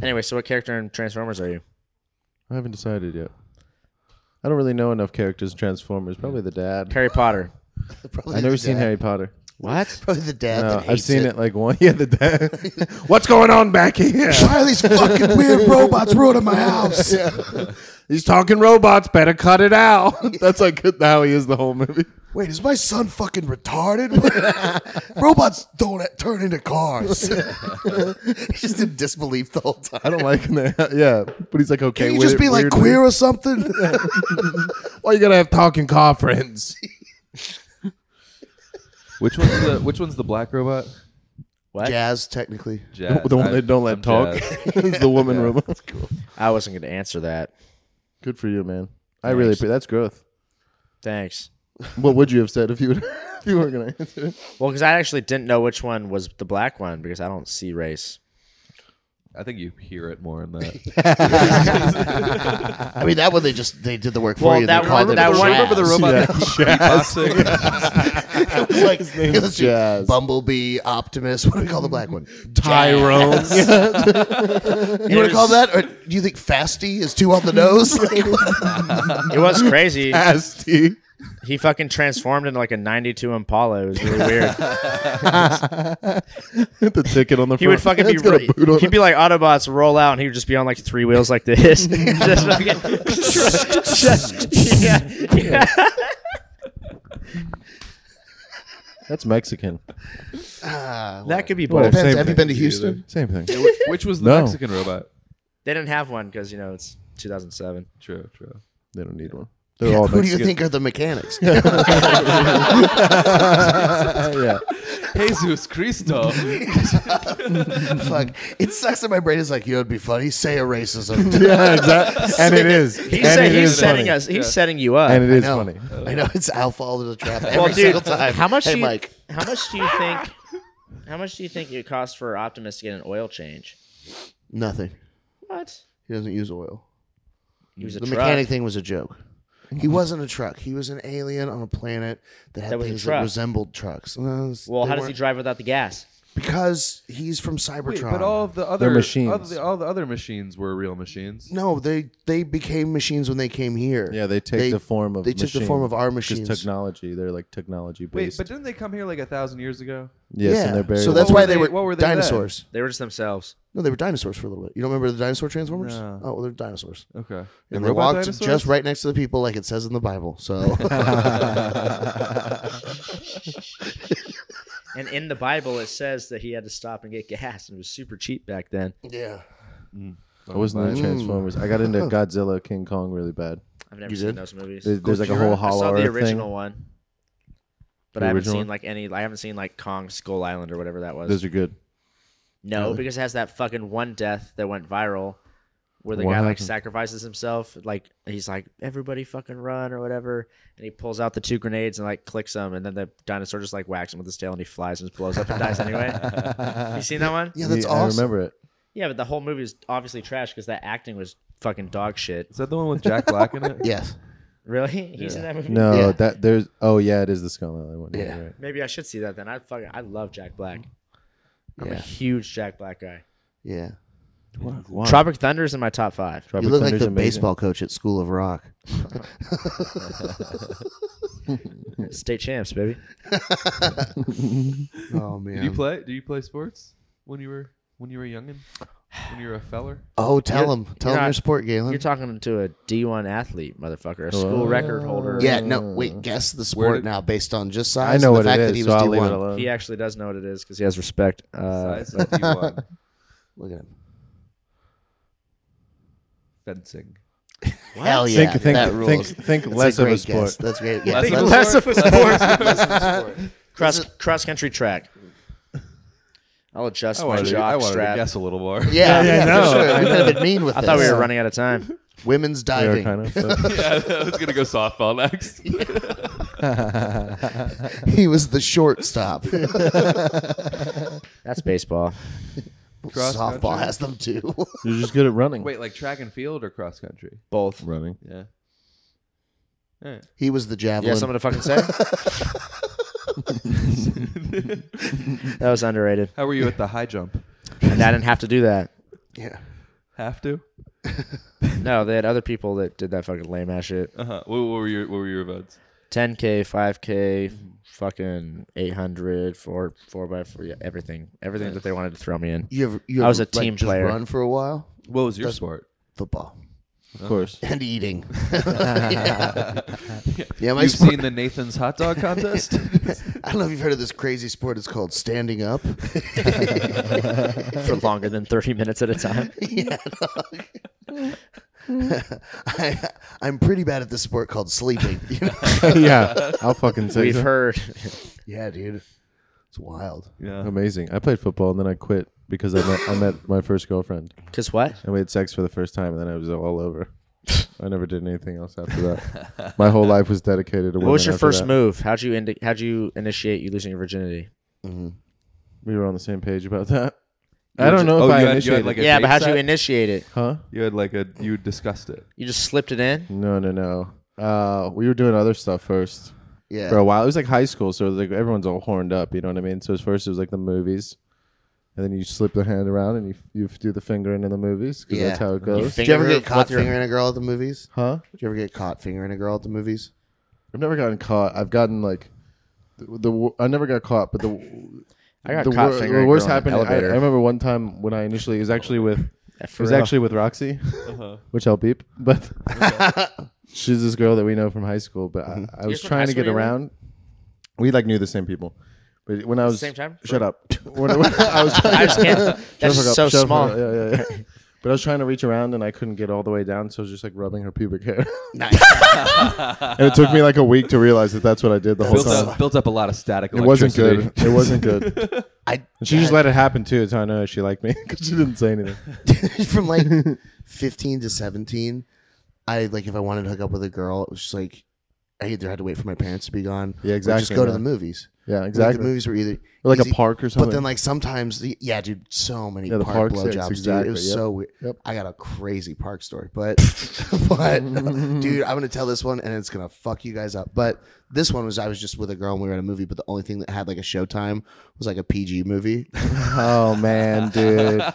Speaker 4: anyway, so what character in Transformers are you?
Speaker 2: I haven't decided yet. I don't really know enough characters. in Transformers, probably the dad.
Speaker 4: Harry Potter.
Speaker 5: Probably
Speaker 2: I've never
Speaker 5: the
Speaker 2: seen
Speaker 5: dad-
Speaker 2: Harry Potter.
Speaker 4: What?
Speaker 5: Probably the dad.
Speaker 2: No,
Speaker 5: that hates
Speaker 2: I've seen it. like one. Yeah, the dad. What's going on back here?
Speaker 5: Why are these fucking weird robots ruining my house?
Speaker 2: He's talking robots. Better cut it out. That's like how he is the whole movie.
Speaker 5: Wait, is my son fucking retarded? robots don't turn into cars. He's just in disbelief the whole time.
Speaker 2: I don't like him. there. Yeah, but he's like okay.
Speaker 5: Can you
Speaker 2: with
Speaker 5: just
Speaker 2: it
Speaker 5: be like
Speaker 2: weirdly.
Speaker 5: queer or something?
Speaker 2: Why you gotta have talking car friends?
Speaker 3: Which one's the Which one's the black robot?
Speaker 5: Jazz, technically.
Speaker 3: Jazz.
Speaker 2: the one
Speaker 3: I-
Speaker 2: that don't let
Speaker 3: I'm
Speaker 2: talk.
Speaker 3: Jazz.
Speaker 2: it's the woman robot.
Speaker 4: I wasn't going to answer that.
Speaker 2: Good for you, man. I really. Pre- that's growth.
Speaker 4: Thanks.
Speaker 2: What would you have said if you would, if you were gonna answer?
Speaker 4: Well, because I actually didn't know which one was the black one because I don't see race.
Speaker 3: I think you hear it more in that.
Speaker 5: I mean, that one they just they did the work for
Speaker 4: Well,
Speaker 5: you.
Speaker 4: that
Speaker 5: they
Speaker 4: one-
Speaker 5: called it
Speaker 4: that
Speaker 5: a
Speaker 4: one-
Speaker 5: jazz.
Speaker 3: Remember the robot that beatboxing?
Speaker 5: It was like it was
Speaker 2: Jazz.
Speaker 5: Bumblebee, Optimus. What do we call the black one?
Speaker 4: Tyrone.
Speaker 5: You want to call that? Or do you think Fasty is too on the nose? Like,
Speaker 4: It was crazy.
Speaker 2: Asti.
Speaker 4: He fucking transformed into like a 92 Impala. It was really weird.
Speaker 2: the ticket on the front.
Speaker 4: He would fucking be
Speaker 2: It's got a
Speaker 4: re-
Speaker 2: boot on
Speaker 4: he'd
Speaker 2: it.
Speaker 4: be like Autobots roll out, and he would just be on like three wheels like this. just fucking, just, yeah, yeah.
Speaker 2: That's Mexican.
Speaker 4: That could be
Speaker 2: Well,
Speaker 4: both.
Speaker 2: same
Speaker 5: Have you
Speaker 2: thing.
Speaker 5: been to Houston?
Speaker 2: Same thing.
Speaker 3: Which was the
Speaker 2: No.
Speaker 3: Mexican robot?
Speaker 4: They didn't have one because you know it's 2007.
Speaker 3: True, true.
Speaker 2: They don't need one. They're all
Speaker 5: Who do you
Speaker 2: Mexican.
Speaker 5: think are the mechanics?
Speaker 2: yeah.
Speaker 3: Jesus Cristo.
Speaker 5: Fuck. It sucks that my brain is like, you know, it'd be funny. Say a racism.
Speaker 2: Yeah, exactly. And it is.
Speaker 4: He's,
Speaker 2: and
Speaker 4: sa-
Speaker 2: it
Speaker 4: he's
Speaker 2: is
Speaker 4: setting
Speaker 2: funny.
Speaker 4: us. He's setting you up.
Speaker 2: And it is
Speaker 5: know.
Speaker 2: funny.
Speaker 5: I know it's I'll fall into the trap every
Speaker 4: well, dude,
Speaker 5: single time.
Speaker 4: how much?
Speaker 5: Hey,
Speaker 4: do you,
Speaker 5: Mike.
Speaker 4: How much do you think? How much do you think it costs for Optimus to get an oil change?
Speaker 5: Nothing.
Speaker 4: What?
Speaker 5: He doesn't use oil.
Speaker 4: He was a
Speaker 5: The
Speaker 4: truck.
Speaker 5: mechanic thing was a joke. He wasn't a truck. He was an alien on a planet that had
Speaker 4: That was a
Speaker 5: things that
Speaker 4: truck.
Speaker 5: resembled trucks. Well,
Speaker 4: well, how does he drive without the gas?
Speaker 5: Because he's from Cybertron.
Speaker 3: Wait, but all of the other
Speaker 2: machines.
Speaker 3: All the, all the other machines were real machines.
Speaker 5: No, they they became machines when they came here.
Speaker 2: Yeah, they take the form of
Speaker 5: they took the
Speaker 2: machine.
Speaker 5: form of our
Speaker 2: Just
Speaker 5: machines.
Speaker 2: technology. They're like technology
Speaker 3: Wait,
Speaker 2: based.
Speaker 3: but didn't they come here like a thousand years ago?
Speaker 2: yes,
Speaker 5: yeah,
Speaker 2: and they're buried.
Speaker 5: so that's
Speaker 3: What
Speaker 5: why
Speaker 3: were
Speaker 5: they,
Speaker 3: they-
Speaker 5: were
Speaker 3: what were they then?
Speaker 5: dinosaurs.
Speaker 4: They were just themselves.
Speaker 5: No, they were dinosaurs for a little bit. You don't remember the dinosaur transformers?
Speaker 3: No.
Speaker 5: Oh, well, they're dinosaurs.
Speaker 3: Okay.
Speaker 5: and they walked just right next to the people, like it says in the Bible. So
Speaker 4: And in the Bible, it says that he had to stop and get gas, and it was super cheap back then.
Speaker 5: yeah,
Speaker 2: I
Speaker 5: Mm.
Speaker 2: wasn't into Transformers. I got into Godzilla, King Kong really bad.
Speaker 4: I've never
Speaker 5: You
Speaker 4: seen
Speaker 5: did?
Speaker 4: those movies.
Speaker 2: There- There's like a whole
Speaker 4: I
Speaker 2: hollow
Speaker 4: saw the
Speaker 2: Earth
Speaker 4: original
Speaker 2: thing.
Speaker 4: one, but
Speaker 2: The
Speaker 4: I haven't
Speaker 2: original
Speaker 4: seen
Speaker 2: one?
Speaker 4: like any. I haven't seen like Kong Skull Island or whatever that was.
Speaker 2: Those are good.
Speaker 4: no, because it has that fucking one death that went viral, where the
Speaker 2: What
Speaker 4: guy like
Speaker 2: happened?
Speaker 4: sacrifices himself. Like he's like, everybody fucking run or whatever, and he pulls out the two grenades and like clicks them, and then the dinosaur just like whacks him with his tail, and he flies and just blows up and dies anyway. you seen that one?
Speaker 5: yeah, that's
Speaker 2: Yeah, I
Speaker 5: awesome.
Speaker 2: remember it.
Speaker 4: Yeah, but the whole movie is obviously trash because that acting was fucking dog shit.
Speaker 3: Is that the one with Jack Black in it?
Speaker 5: Yes,
Speaker 4: Really? He's in that movie.
Speaker 2: No,
Speaker 5: Yeah.
Speaker 2: that there's. Oh yeah, it is the Skull Island one. Yeah,
Speaker 5: Yeah.
Speaker 2: you're right.
Speaker 4: Maybe I should see that then. I fucking I love Jack Black. I'm a
Speaker 5: Yeah.
Speaker 4: huge Jack Black guy.
Speaker 5: yeah.
Speaker 4: Tropic Thunder is in my top five.
Speaker 5: You
Speaker 2: Tropic
Speaker 5: look like
Speaker 2: Thunder's
Speaker 5: the
Speaker 2: amazing.
Speaker 5: baseball coach at School of Rock.
Speaker 4: State champs, baby.
Speaker 5: Oh
Speaker 3: Did you
Speaker 5: man.
Speaker 3: play? Do you play sports when you were when you were youngin? When you were a feller?
Speaker 5: oh, tell
Speaker 4: You're-
Speaker 5: him, tell
Speaker 4: you're
Speaker 5: him your
Speaker 4: not-
Speaker 5: sport, Galen.
Speaker 4: You're talking to a D1 athlete, motherfucker, a school record holder.
Speaker 5: yeah, no, wait. Guess the sport
Speaker 3: did-
Speaker 5: now based on just
Speaker 2: I
Speaker 5: size.
Speaker 2: know
Speaker 5: and
Speaker 2: what
Speaker 5: the fact
Speaker 2: it
Speaker 5: that
Speaker 2: is,
Speaker 5: he
Speaker 2: so
Speaker 5: was
Speaker 2: I'll leave it
Speaker 5: D1.
Speaker 2: alone.
Speaker 4: He actually does know what it is because he has respect. Uh,
Speaker 3: Size of D1.
Speaker 5: Look at him.
Speaker 3: Fencing.
Speaker 5: Hell yeah,
Speaker 2: Think, think,
Speaker 5: that
Speaker 2: think,
Speaker 5: rules.
Speaker 2: think,
Speaker 5: That's
Speaker 2: less
Speaker 5: a
Speaker 2: of a
Speaker 5: great
Speaker 2: sport.
Speaker 5: guess. That's great. Yeah,
Speaker 3: Less of a
Speaker 4: less
Speaker 5: that's-
Speaker 4: of a sport.
Speaker 5: That's
Speaker 4: cross cross country track. I'll adjust
Speaker 3: I
Speaker 4: my
Speaker 3: wanted, to, I
Speaker 4: jock
Speaker 3: wanted to
Speaker 4: strap.
Speaker 3: guess a little more.
Speaker 5: Yeah, yeah,
Speaker 2: no,
Speaker 5: for sure.
Speaker 2: I
Speaker 5: We could have been mean with
Speaker 4: I
Speaker 5: this.
Speaker 4: thought we were running out of time.
Speaker 5: Women's
Speaker 2: We are
Speaker 5: diving.
Speaker 2: kind of. so-
Speaker 3: yeah, I was gonna go softball next.
Speaker 5: he was the shortstop.
Speaker 4: That's baseball.
Speaker 3: Cross
Speaker 5: Softball
Speaker 3: country?
Speaker 5: has them too.
Speaker 2: You're just good at running.
Speaker 3: Wait, like track and field or cross country?
Speaker 4: Both.
Speaker 2: running.
Speaker 3: Yeah. All right.
Speaker 5: he was the
Speaker 4: You have
Speaker 5: javelin.
Speaker 4: something to fucking say? that was underrated.
Speaker 3: How were you at the high jump?
Speaker 4: And I didn't have to do that.
Speaker 5: yeah.
Speaker 3: Have to?
Speaker 4: No, they had other people that did that fucking lame ass shit.
Speaker 3: Uh huh. What, what were your What were your votes?
Speaker 4: 10K, 5K, fucking 800, 4, 4x4, yeah, everything. Everything that they wanted to throw me in.
Speaker 5: You ever, you
Speaker 4: I
Speaker 5: ever,
Speaker 4: was a
Speaker 5: like,
Speaker 4: team
Speaker 5: just
Speaker 4: player.
Speaker 5: Run for a while.
Speaker 3: What was your sport?
Speaker 5: Football
Speaker 2: Of course.
Speaker 5: and eating. yeah. Yeah, my
Speaker 3: You've
Speaker 5: sport.
Speaker 3: seen the Nathan's hot dog contest?
Speaker 5: I don't know if you've heard of this crazy sport. It's called standing up.
Speaker 4: For longer than 30 minutes at a time.
Speaker 5: yeah. dog. I, I'm pretty bad at this sport called sleeping. You know?
Speaker 2: yeah, I'll fucking say
Speaker 4: We've
Speaker 2: so.
Speaker 4: heard.
Speaker 5: yeah, dude. It's wild.
Speaker 3: yeah.
Speaker 2: Amazing. I played football and then I quit because I met I met my first girlfriend.
Speaker 4: Because what?
Speaker 2: and we had sex for the first time, and then it was all over. I never did anything else after that. My whole life was dedicated to.
Speaker 4: What was
Speaker 2: women
Speaker 4: your
Speaker 2: after
Speaker 4: first
Speaker 2: that.
Speaker 4: move? How'd you indi- how'd you initiate you losing your virginity?
Speaker 2: We were on the same page about that.
Speaker 3: were
Speaker 2: I don't
Speaker 3: ju-
Speaker 2: know
Speaker 3: oh,
Speaker 2: if I
Speaker 3: you had- you had,
Speaker 2: initiated.
Speaker 3: like,
Speaker 2: like
Speaker 3: a
Speaker 4: yeah, but
Speaker 3: date
Speaker 4: how'd you
Speaker 3: set?
Speaker 4: initiate it?
Speaker 2: huh?
Speaker 3: You had like a you discussed it.
Speaker 4: You just slipped it in.
Speaker 2: No, no, no. Uh, we were doing other stuff first
Speaker 5: Yeah.
Speaker 2: for a while. It was like high school, so like everyone's all horned up. You know what I mean? So at first it was like the movies, and then you slip the hand around and you you do the fingering in the movies because
Speaker 5: Yeah.
Speaker 2: that's how it
Speaker 4: You
Speaker 2: goes.
Speaker 5: Did you ever
Speaker 4: finger-
Speaker 5: get caught
Speaker 4: with your-
Speaker 5: fingering a girl at the movies?
Speaker 2: huh?
Speaker 5: Did you ever get caught fingering a girl at the movies?
Speaker 2: I've never gotten caught. I've gotten like the, the wor- I never got caught, but the
Speaker 4: I got
Speaker 2: the,
Speaker 4: caught
Speaker 2: wor-
Speaker 4: fingering
Speaker 2: the
Speaker 4: a
Speaker 2: worst
Speaker 4: girl in an
Speaker 2: happened. I, I
Speaker 4: elevator.
Speaker 2: remember one time when I initially it was actually with it
Speaker 4: For
Speaker 2: was
Speaker 4: real.
Speaker 2: actually with Roxy,
Speaker 4: Uh-huh.
Speaker 2: which I'll beep, but she's this girl that we know from high school. But I, I was
Speaker 4: from
Speaker 2: trying
Speaker 4: high
Speaker 2: to
Speaker 4: school,
Speaker 2: get
Speaker 4: you were?
Speaker 2: around. We like knew the same people, but when I was
Speaker 4: same time?
Speaker 2: shut up. When I, when I was trying
Speaker 4: I just can't.
Speaker 2: Shut
Speaker 4: That's
Speaker 2: the
Speaker 4: just
Speaker 2: fuck
Speaker 4: so
Speaker 2: up, shut the
Speaker 4: small.
Speaker 2: fuck up. Yeah, yeah, yeah. But I was trying to reach around and I couldn't get all the way down, so I was just like rubbing her pubic hair.
Speaker 5: Nice.
Speaker 2: and it took me like a week to realize that that's what I did the whole
Speaker 3: Built
Speaker 2: time.
Speaker 3: up, built up a lot of static.
Speaker 2: It wasn't
Speaker 3: electricity.
Speaker 2: good. It wasn't good.
Speaker 5: I
Speaker 2: And she just let it happen too, so I know she liked me because she didn't say anything.
Speaker 5: from like 15 to 17 i like if i wanted to hook up with a girl it was just like i either had to wait for my parents to be gone
Speaker 2: Yeah,
Speaker 5: or just
Speaker 2: exactly,
Speaker 5: go to
Speaker 2: yeah.
Speaker 5: the movies
Speaker 2: Yeah,
Speaker 5: Like,
Speaker 2: exactly.
Speaker 5: the movies were either
Speaker 2: Or like a
Speaker 5: easy-
Speaker 2: park or
Speaker 5: but
Speaker 2: something.
Speaker 5: then like sometimes the- yeah dude so many
Speaker 2: Yeah, the
Speaker 5: park
Speaker 2: parks, yes,
Speaker 5: blowjobs dude it
Speaker 2: exactly,
Speaker 5: was
Speaker 2: yep,
Speaker 5: so weird
Speaker 2: yep.
Speaker 5: i got a crazy park story but but dude i'm gonna tell this one and it's gonna fuck you guys up but this one was i was just with a girl and we were at a movie but the only thing that had like a showtime was like a pg movie
Speaker 2: oh man, dude.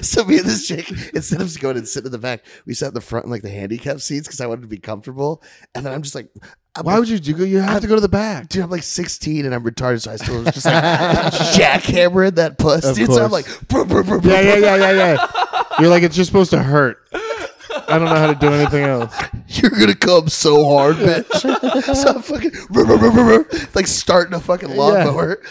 Speaker 5: So me and this chick, instead of just going and sitting in the back, we sat in the front in like the handicap seats because I wanted to be comfortable. And then I'm just like, I'm
Speaker 2: Why would you do? You have to go to the back.
Speaker 5: Dude, I'm like 16 and I'm retarded, so I still was just like jackhammering that puss.
Speaker 2: Of
Speaker 5: dude, so I'm
Speaker 2: course.
Speaker 5: like, brr, brr, brr, brr,
Speaker 2: Yeah, yeah,
Speaker 5: brr.
Speaker 2: yeah, yeah, yeah. You're like it's just supposed to hurt. I don't know how to do anything else.
Speaker 5: you're gonna come so hard, bitch. so I'm fucking brr, brr, brr, brr, brr, like starting a fucking lawnmower.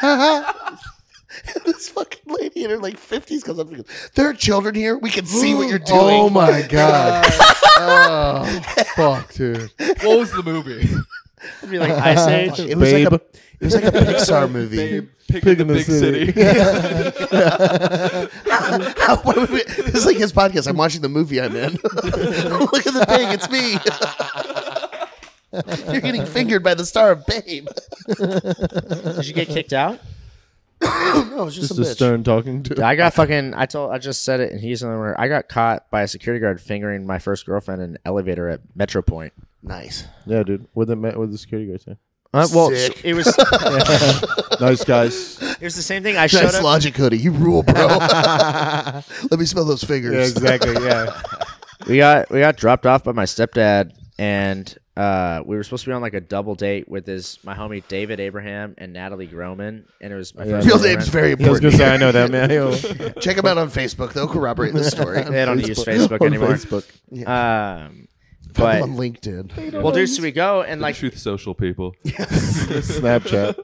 Speaker 5: And This fucking lady in her like fifties comes up and goes, "There are children here. We can see what you're doing."
Speaker 2: Oh my god. oh fuck, dude.
Speaker 3: What was the movie?
Speaker 4: It'd be like Ice Age.
Speaker 5: It was like
Speaker 2: Babe.
Speaker 5: a, it was like a Pixar movie.
Speaker 3: Pig,
Speaker 2: Pig
Speaker 3: in the, big city.
Speaker 5: How, why would we, this is like his podcast. I'm watching the movie I'm in. Look at the pig. It's me. You're getting fingered by the star of Babe.
Speaker 4: Did you get kicked out?
Speaker 5: No, it's just,
Speaker 2: Just
Speaker 5: a
Speaker 2: a
Speaker 5: bitch.
Speaker 2: stern talking to.
Speaker 4: I got fucking. I told. I just said it, and he's the one. where I got caught by a security guard fingering my first girlfriend in an elevator at Metro Point.
Speaker 5: Nice.
Speaker 2: Yeah, dude. What the what the security guard say?
Speaker 4: Uh, well,
Speaker 5: Sick.
Speaker 4: it was it
Speaker 2: Nice guys.
Speaker 4: was the same thing. I showed
Speaker 5: Nice
Speaker 4: up.
Speaker 5: logic hoodie. You rule, bro. Let me smell those
Speaker 2: Yeah,
Speaker 5: fingers.
Speaker 2: exactly. Yeah.
Speaker 4: we got we got dropped off by my stepdad and uh, we were supposed to be on like a double date with his my homie David Abraham and Natalie Groman and it was my first
Speaker 5: Real
Speaker 4: girlfriend.
Speaker 5: name's very
Speaker 2: I was
Speaker 5: important.
Speaker 2: gonna say I know that man.
Speaker 5: Check them out on Facebook. They'll corroborate the story.
Speaker 4: they don't use Facebook
Speaker 2: On
Speaker 4: anymore.
Speaker 2: Facebook.
Speaker 4: Um, but
Speaker 5: Find them on LinkedIn.
Speaker 4: well, dude, so we go and like
Speaker 3: Truth Social people.
Speaker 2: Snapchat.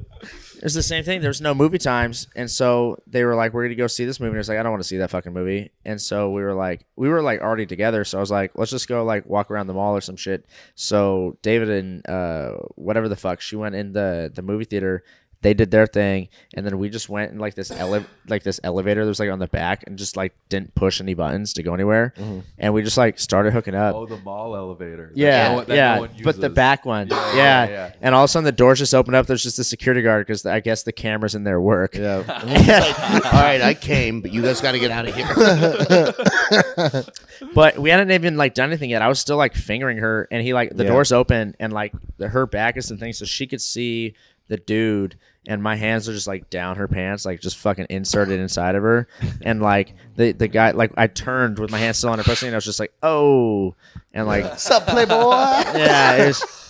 Speaker 4: It's the same thing. There was no movie times, and so they were like, "We're gonna go see this movie." And I was like, "I don't want to see that fucking movie." And so we were like, we were like already together. So I was like, "Let's just go like walk around the mall or some shit." So David and uh, whatever the fuck, she went in the the movie theater. They did their thing, and then we just went in like this ele- like this elevator that was like on the back, and just like didn't push any buttons to go anywhere, and we just like started hooking up.
Speaker 3: Oh, the mall elevator. That
Speaker 4: Yeah,
Speaker 3: no one- that
Speaker 4: yeah,
Speaker 3: no one
Speaker 4: but the
Speaker 3: uses.
Speaker 4: back one, yeah,
Speaker 3: yeah, yeah.
Speaker 4: And all of a sudden, the doors just opened up. There's just a security guard because I guess the cameras in their work.
Speaker 2: Yeah.
Speaker 5: All right, I came, but you guys got to get out of here.
Speaker 4: but we hadn't even like done anything yet. I was still like fingering her, and he like the
Speaker 2: Yeah.
Speaker 4: doors open, and like the, her back is the thing, so she could see the dude, and my hands are just like down her pants, like just fucking inserted inside of her, and like the the guy like I turned with my hands still on her pussy, and I was just like oh, and like
Speaker 5: Sup, Playboy?
Speaker 4: yeah, it was.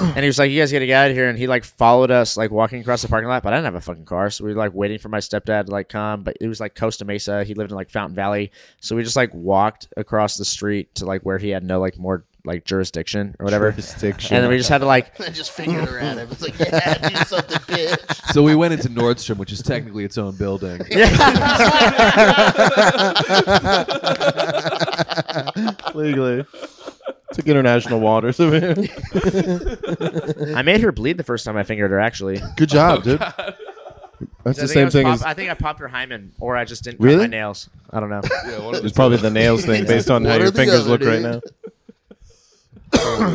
Speaker 4: and he was like, "You guys gotta get out of here." And he like followed us, like walking across the parking lot. But I didn't have a fucking car, so we were like waiting for my stepdad to like come. But it was like Costa Mesa. He lived in like Fountain Valley, so we just like walked across the street to like where he had no like more like jurisdiction or whatever. And then we just had to like,
Speaker 5: I just fingered her at him. It's like, yeah, do something, bitch.
Speaker 3: So we went into Nordstrom, which is technically its own building.
Speaker 2: Legally. Took international waters. Good
Speaker 4: I made her bleed the first time I fingered her. Actually,
Speaker 2: job, dude. That's the
Speaker 4: I think I
Speaker 2: same
Speaker 4: was
Speaker 2: thing
Speaker 4: pop-
Speaker 2: as
Speaker 4: I think I popped your hymen, or I just didn't
Speaker 2: Really?
Speaker 4: cut my nails. I don't know.
Speaker 3: Yeah, one of
Speaker 2: it's
Speaker 3: the
Speaker 2: probably the nails thing based on how
Speaker 5: One or
Speaker 2: your
Speaker 5: the
Speaker 2: fingers look
Speaker 5: other,
Speaker 2: right now.
Speaker 5: dude.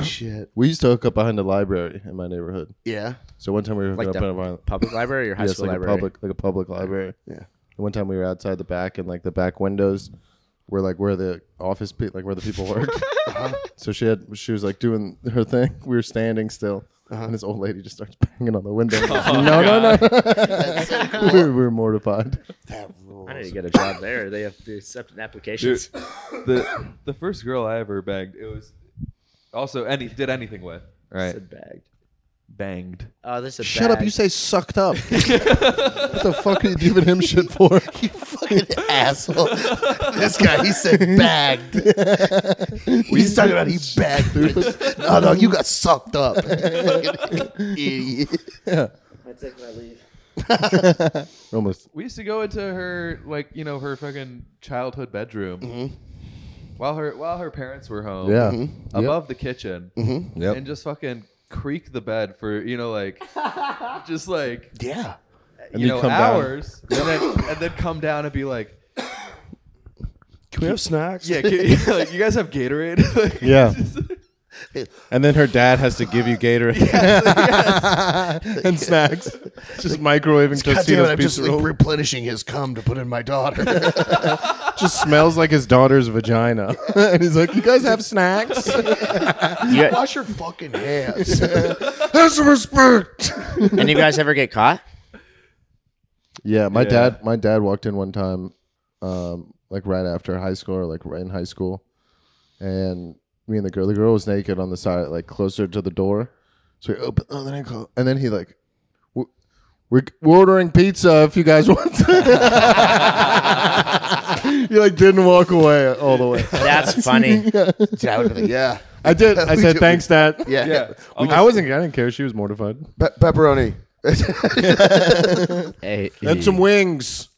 Speaker 5: Shit.
Speaker 2: We used to hook up behind the library in my neighborhood.
Speaker 5: Yeah.
Speaker 2: So one time we were
Speaker 4: Like
Speaker 2: hooking up
Speaker 4: the-
Speaker 2: in a bar-
Speaker 4: Public library or high
Speaker 2: yes,
Speaker 4: school
Speaker 2: like
Speaker 4: library?
Speaker 2: a public like a public library.
Speaker 5: Yeah.
Speaker 2: And one time we were outside the back and like the back windows were like where the office pe- like where the people worked. So she had she was like doing her thing. We were standing still. And this old lady just starts banging on the window. no, no, no, we, were, we were mortified.
Speaker 5: That
Speaker 4: I need to
Speaker 5: rules.
Speaker 4: get a job there. They have to accept applications.
Speaker 3: Dude, the the first girl I ever banged, it was also any did anything with. Right.
Speaker 4: Said bagged.
Speaker 3: Banged.
Speaker 4: Oh, this is
Speaker 2: Shut up! You say sucked up. what the fuck are you giving him shit for?
Speaker 5: You fucking asshole. this guy, he said bagged. He's talking about he bagged, dude. No, no, you got sucked up. Fucking idiot.
Speaker 2: Almost.
Speaker 3: We used to go into her like you know her fucking childhood bedroom while her while her parents were home.
Speaker 2: Yeah.
Speaker 3: Above the kitchen,
Speaker 2: Yep.
Speaker 3: and just fucking creak the bed for you know like just like
Speaker 5: Yeah.
Speaker 2: And
Speaker 3: you
Speaker 2: you
Speaker 3: know
Speaker 2: come down.
Speaker 3: hours, and then and then come down and be like,
Speaker 5: Can we have snacks?
Speaker 3: yeah, can, like, you guys have Gatorade. Like,
Speaker 2: Yeah.
Speaker 3: just-
Speaker 2: And then her dad has to give you Gatorade and snacks. Just microwaving
Speaker 5: God damn it,
Speaker 2: Totino's
Speaker 5: I'm just
Speaker 2: pizza
Speaker 5: like,
Speaker 2: roll.
Speaker 5: replenishing his cum to put in my daughter.
Speaker 2: just smells like his daughter's vagina. and he's like, "You guys have snacks?
Speaker 5: Wash your fucking hands.
Speaker 2: have some respect."
Speaker 4: And you guys ever get caught?
Speaker 2: Yeah, my
Speaker 3: Yeah.
Speaker 2: dad. My dad walked in one time, um, like right after high school or like right in high school, and me and the girl. The girl was naked on the side, like closer to the door. So we open. Oh, then I call, and then he like, "We're- "We're we're ordering pizza if you guys want." he like didn't walk away all the way.
Speaker 4: That's funny.
Speaker 5: yeah, I would be like, yeah.
Speaker 2: I did. I
Speaker 5: We
Speaker 2: said
Speaker 5: do-
Speaker 2: thanks, Dad.
Speaker 5: Yeah.
Speaker 3: yeah.
Speaker 2: I wasn't. I didn't care. She was mortified.
Speaker 5: Pe- pepperoni.
Speaker 4: hey,
Speaker 2: And some wings.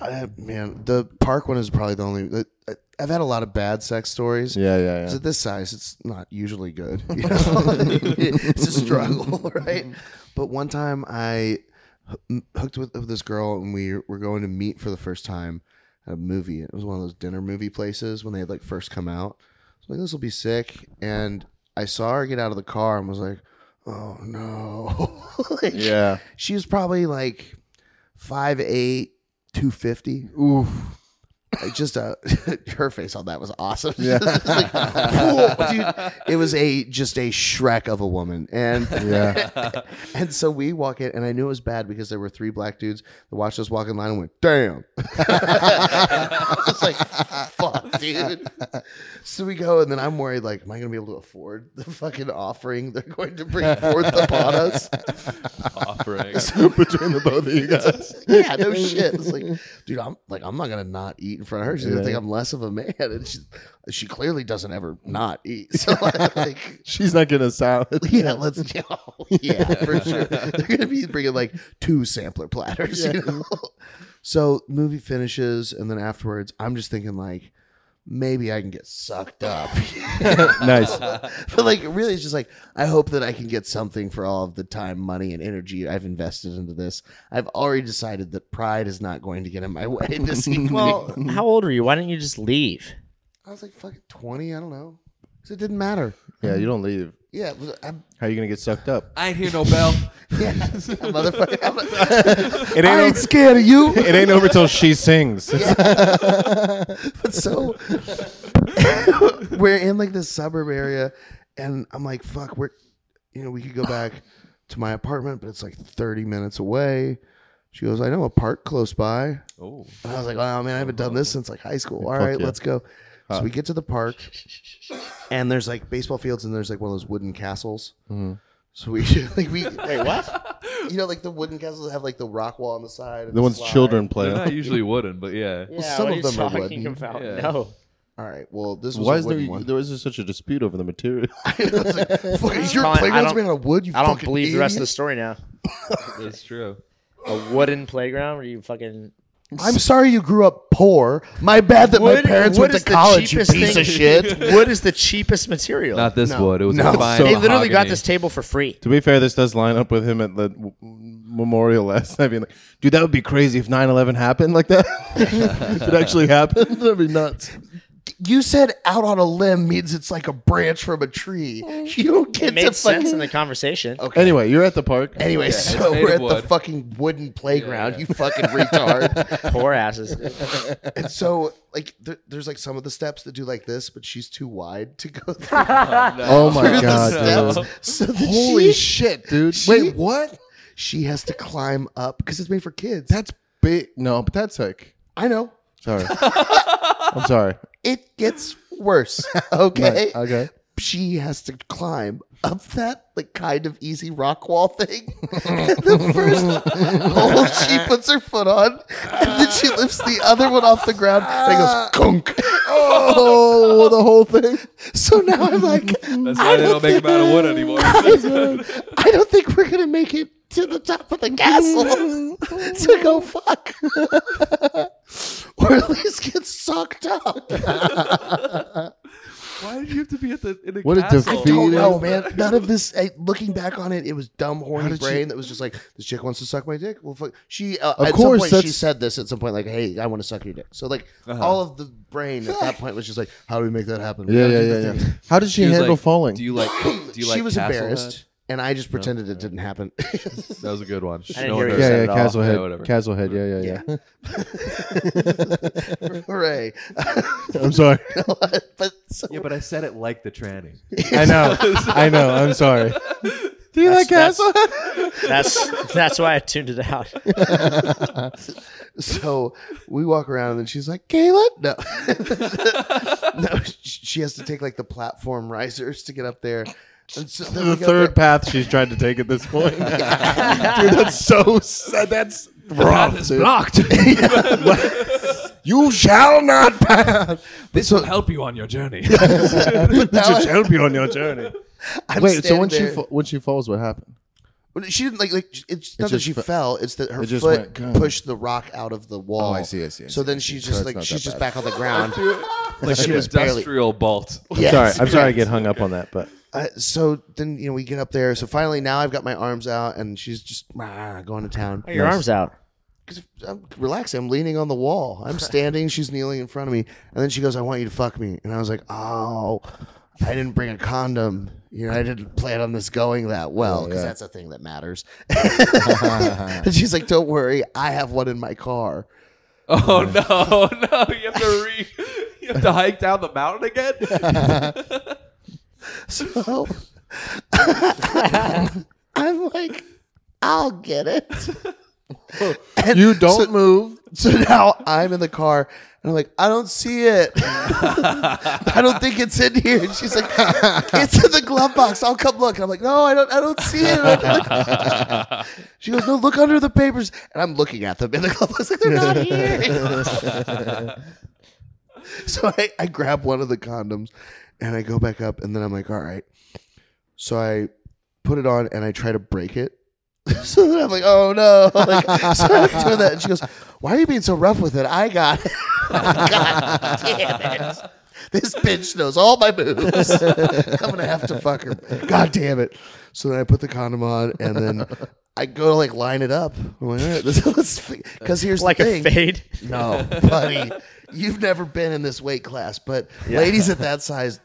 Speaker 5: I, man, the park one is probably the only. The, I, I've had a lot of bad sex stories.
Speaker 2: Yeah, yeah,
Speaker 5: Because
Speaker 2: yeah.
Speaker 5: at this size, it's not usually good. you know? it's a struggle, right? But one time I h- hooked with, with this girl and we were going to meet for the first time at a movie. It was one of those dinner movie places when they had like first come out. I was like, this will be sick. And I saw her get out of the car and was like, oh no. like,
Speaker 2: Yeah.
Speaker 5: She was probably like 5'8, 250.
Speaker 2: Oof.
Speaker 5: Like, just a her face on that was awesome.
Speaker 2: Yeah.
Speaker 5: Like, whoa, dude. It was a just a Shrek of a woman, and
Speaker 2: Yeah.
Speaker 5: and so we walk in, and I knew it was bad because there were three black dudes that watched us walk in line and went, "Damn!" I was like, "Fuck, dude." So we go, and then I'm worried, like, am I gonna be able to afford the fucking offering they're going to bring forth upon us?
Speaker 3: offering.
Speaker 2: Between the both of you guys.
Speaker 5: yeah, no shit. It's like, dude, I'm like, I'm not gonna not eat in front of her. She's gonna
Speaker 2: Yeah.
Speaker 5: think I'm less of a man, and she, she clearly doesn't ever not eat. So like,
Speaker 2: She's not getting a salad.
Speaker 5: yeah, let's, yeah, yeah, for sure. They're gonna be bringing like two sampler platters, you know. So movie finishes, and then afterwards, I'm just thinking like, maybe I can get sucked up.
Speaker 2: nice.
Speaker 5: but like really it's just like i hope that i can get something for all of the time money and energy i've invested into this i've already decided that pride is not going to get in my way this evening
Speaker 4: Well, how old were you? Why didn't you just leave?
Speaker 5: i was like fucking 20 i don't know because it didn't matter
Speaker 2: Yeah, you don't leave.
Speaker 5: yeah, it was- I'm,
Speaker 2: How are you gonna get sucked up?
Speaker 3: I ain't hear no bell.
Speaker 5: yeah, motherfucker. I'm not-
Speaker 2: It ain't.
Speaker 5: I ain't scared of you.
Speaker 2: it ain't over till she sings.
Speaker 5: so we're in like this suburb area, and I'm like, fuck, we're, you know, we could go back to my apartment, but it's like 30 minutes away. She goes, I know a park close by.
Speaker 3: Oh,
Speaker 5: And I was like, oh man, I haven't done this since like high school. All
Speaker 2: fuck
Speaker 5: right,
Speaker 2: yeah.
Speaker 5: let's go. So we get to the park, and there's like baseball fields, and there's like one of those wooden castles.
Speaker 2: Mm-hmm.
Speaker 5: So we like we wait what? You know, like the wooden castles that have like the rock wall on the side. and
Speaker 2: The one's
Speaker 5: slide.
Speaker 2: children play.
Speaker 3: they're not usually wooden, but yeah.
Speaker 5: Yeah, some what of are you them are talking wooden.
Speaker 4: about?
Speaker 3: Yeah.
Speaker 4: No.
Speaker 5: All right. Well, this was
Speaker 2: Why
Speaker 5: a
Speaker 2: is there,
Speaker 5: wooden one.
Speaker 2: there is such a dispute over the material?
Speaker 5: It's like, fuck, is your
Speaker 4: Colin, I
Speaker 5: playground's
Speaker 4: don't-
Speaker 5: made out of wood? You
Speaker 4: I don't
Speaker 5: fucking
Speaker 4: believe the rest of the
Speaker 5: idiot?
Speaker 4: story now.
Speaker 3: That's true.
Speaker 4: A wooden playground where you fucking
Speaker 5: I'm sorry you grew up poor. My bad that my
Speaker 4: Wood-
Speaker 5: parents
Speaker 4: wood
Speaker 5: went
Speaker 4: is
Speaker 5: to
Speaker 4: the
Speaker 5: college, you piece
Speaker 4: cheapest thing-
Speaker 5: of shit.
Speaker 4: Wood is the cheapest material.
Speaker 3: Not this wood. It was
Speaker 5: No.
Speaker 3: a fine.
Speaker 4: they literally got
Speaker 3: mahogany.
Speaker 4: this table for free.
Speaker 2: To be fair, this does line up with him at the w- memorial last night. Being like, dude, that would be crazy if 9-11 happened like that. if it actually happened, that'd be nuts.
Speaker 5: You said out on a limb means it's like a branch from a tree. You don't get
Speaker 4: It
Speaker 5: to
Speaker 4: made sense
Speaker 5: fucking.
Speaker 4: in the conversation.
Speaker 2: Anyway, you're at the park.
Speaker 5: Anyway, so
Speaker 3: made
Speaker 5: we're
Speaker 3: of
Speaker 5: at the
Speaker 3: wood.
Speaker 5: fucking wooden playground. You fucking retard.
Speaker 4: Poor asses.
Speaker 5: and so, like, there, there's like some of the steps that do like this, but she's too wide to go through.
Speaker 2: Oh my
Speaker 5: through
Speaker 2: god,
Speaker 5: the
Speaker 2: dude.
Speaker 5: steps. So that
Speaker 2: Holy
Speaker 5: she,
Speaker 2: shit, dude.
Speaker 5: she-
Speaker 2: Wait, what?
Speaker 5: she has to climb up because it's made for kids.
Speaker 2: That's big. No, but that's like.
Speaker 5: I know.
Speaker 2: Sorry. I'm sorry.
Speaker 5: It gets worse. Okay.
Speaker 2: Right, okay.
Speaker 5: She has to climb up that like kind of easy rock wall thing. And the first hole she puts her foot on, and then she lifts the other one off the ground and it goes kunk.
Speaker 2: Oh, the whole thing.
Speaker 5: So now I'm like,
Speaker 3: That's why they don't make them out of wood anymore.
Speaker 5: I don't think we're gonna make it to the top of the castle to go fuck, or at least get sucked up.
Speaker 3: Why did you have to be at the in a
Speaker 2: What a
Speaker 3: castle?
Speaker 2: defeat.
Speaker 5: don't
Speaker 2: Fetus.
Speaker 5: know, man. None of this. I, looking back on it, it was dumb, horny
Speaker 2: did she-
Speaker 5: brain that was just like, this chick wants to suck my dick. Well, fuck. She uh,
Speaker 2: Of
Speaker 5: at
Speaker 2: course,
Speaker 5: some point she
Speaker 2: that's-
Speaker 5: said this at some point, like, hey, I want to suck your dick. So like,
Speaker 3: Uh-huh.
Speaker 5: all of the brain at that point was just like, how do we make that happen? We
Speaker 2: Yeah,
Speaker 5: gotta
Speaker 2: yeah,
Speaker 5: do the
Speaker 2: yeah,
Speaker 5: thing.
Speaker 2: yeah. How did she
Speaker 3: He was
Speaker 2: handle
Speaker 3: like,
Speaker 2: falling?
Speaker 3: Do you like? Do you like?
Speaker 5: she was
Speaker 3: Castle
Speaker 5: embarrassed, and I just pretended it didn't happen.
Speaker 3: Head? That was a good one.
Speaker 4: didn't
Speaker 3: No
Speaker 4: hear
Speaker 3: one
Speaker 4: you
Speaker 3: heard
Speaker 4: say
Speaker 3: it.
Speaker 2: yeah, yeah,
Speaker 4: at all.
Speaker 3: Yeah,
Speaker 2: Castlehead.
Speaker 3: whatever.
Speaker 2: Castlehead. Yeah, yeah, yeah.
Speaker 5: Hooray!
Speaker 2: I'm sorry.
Speaker 5: but so,
Speaker 3: Yeah, but I said it like the tranny.
Speaker 2: I know. I know. I'm sorry. Do you like
Speaker 4: That's-
Speaker 2: Castlehead?
Speaker 4: That's that's why I tuned it out.
Speaker 5: so we walk around, and then she's like, Kayla, no, no, sh- she has to take like the platform risers to get up there. And so then
Speaker 2: the
Speaker 5: we got
Speaker 2: third
Speaker 5: there-
Speaker 2: path she's trying to take at this point. dude, that's so sad. That's wrong.
Speaker 6: It's
Speaker 2: dude.
Speaker 6: blocked.
Speaker 2: You shall not pass.
Speaker 6: this will help you on your journey.
Speaker 2: This should help you on your journey.
Speaker 5: I'm
Speaker 2: Wait, so
Speaker 5: standing
Speaker 2: when she
Speaker 5: there-
Speaker 2: fa- when she falls, what happened?
Speaker 5: Well, She didn't like like it's not that
Speaker 2: just
Speaker 5: she
Speaker 2: fe-
Speaker 5: fell. It's that her
Speaker 2: it just
Speaker 5: foot
Speaker 2: went, "God."
Speaker 5: pushed the rock out of the wall.
Speaker 2: Oh, I see, I see, I
Speaker 5: so
Speaker 2: see,
Speaker 5: then
Speaker 2: I see.
Speaker 5: she's
Speaker 2: So
Speaker 5: just
Speaker 2: it's
Speaker 5: like
Speaker 2: not
Speaker 5: she's
Speaker 2: that
Speaker 5: just
Speaker 2: bad.
Speaker 5: back on the ground.
Speaker 3: Like she
Speaker 5: was barely-
Speaker 3: industrial bolt.
Speaker 5: Yes.
Speaker 2: Sorry, I'm sorry I get hung up on that, but
Speaker 5: Uh, so then you know we get up there. So finally now I've got my arms out and she's just ah, going to town.
Speaker 4: Your arms out.
Speaker 5: 'Cause I'm relaxing. I'm leaning on the wall. I'm standing. she's kneeling in front of me. And then she goes, "I want you to fuck me." And I was like, "Oh, I didn't bring a condom. You know, I didn't plan on this going that well because that's a thing that matters." and she's like, "Don't worry, I have one in my car."
Speaker 3: Oh no, no! You have to re, you have to hike down the mountain again.
Speaker 5: So Oh. I'm like, "I'll get it." And
Speaker 2: you don't move.
Speaker 5: So now I'm in the car and I'm like, I don't see it. I don't think it's in here. And she's like, It's in the glove box. I'll come look. And I'm like, No, I don't. I don't see it. she goes, No, look under the papers. And I'm looking at them in the glove box. Like they're not here. so I, I grab one of the condoms and I go back up and then I'm like, All right. So I put it on and I try to break it. so then I'm like, oh no. Like, so I'm doing that. And she goes, why are you being so rough with it? I got it. God damn it. This bitch knows all my moves. I'm going to have to fuck her. God damn it. So then I put the condom on and then I go to like line it up. I'm like, all right, this, let's, because here's
Speaker 4: Like
Speaker 5: the thing.
Speaker 4: a fade.
Speaker 5: No, buddy, you've never been in this weight class, but ladies at that size,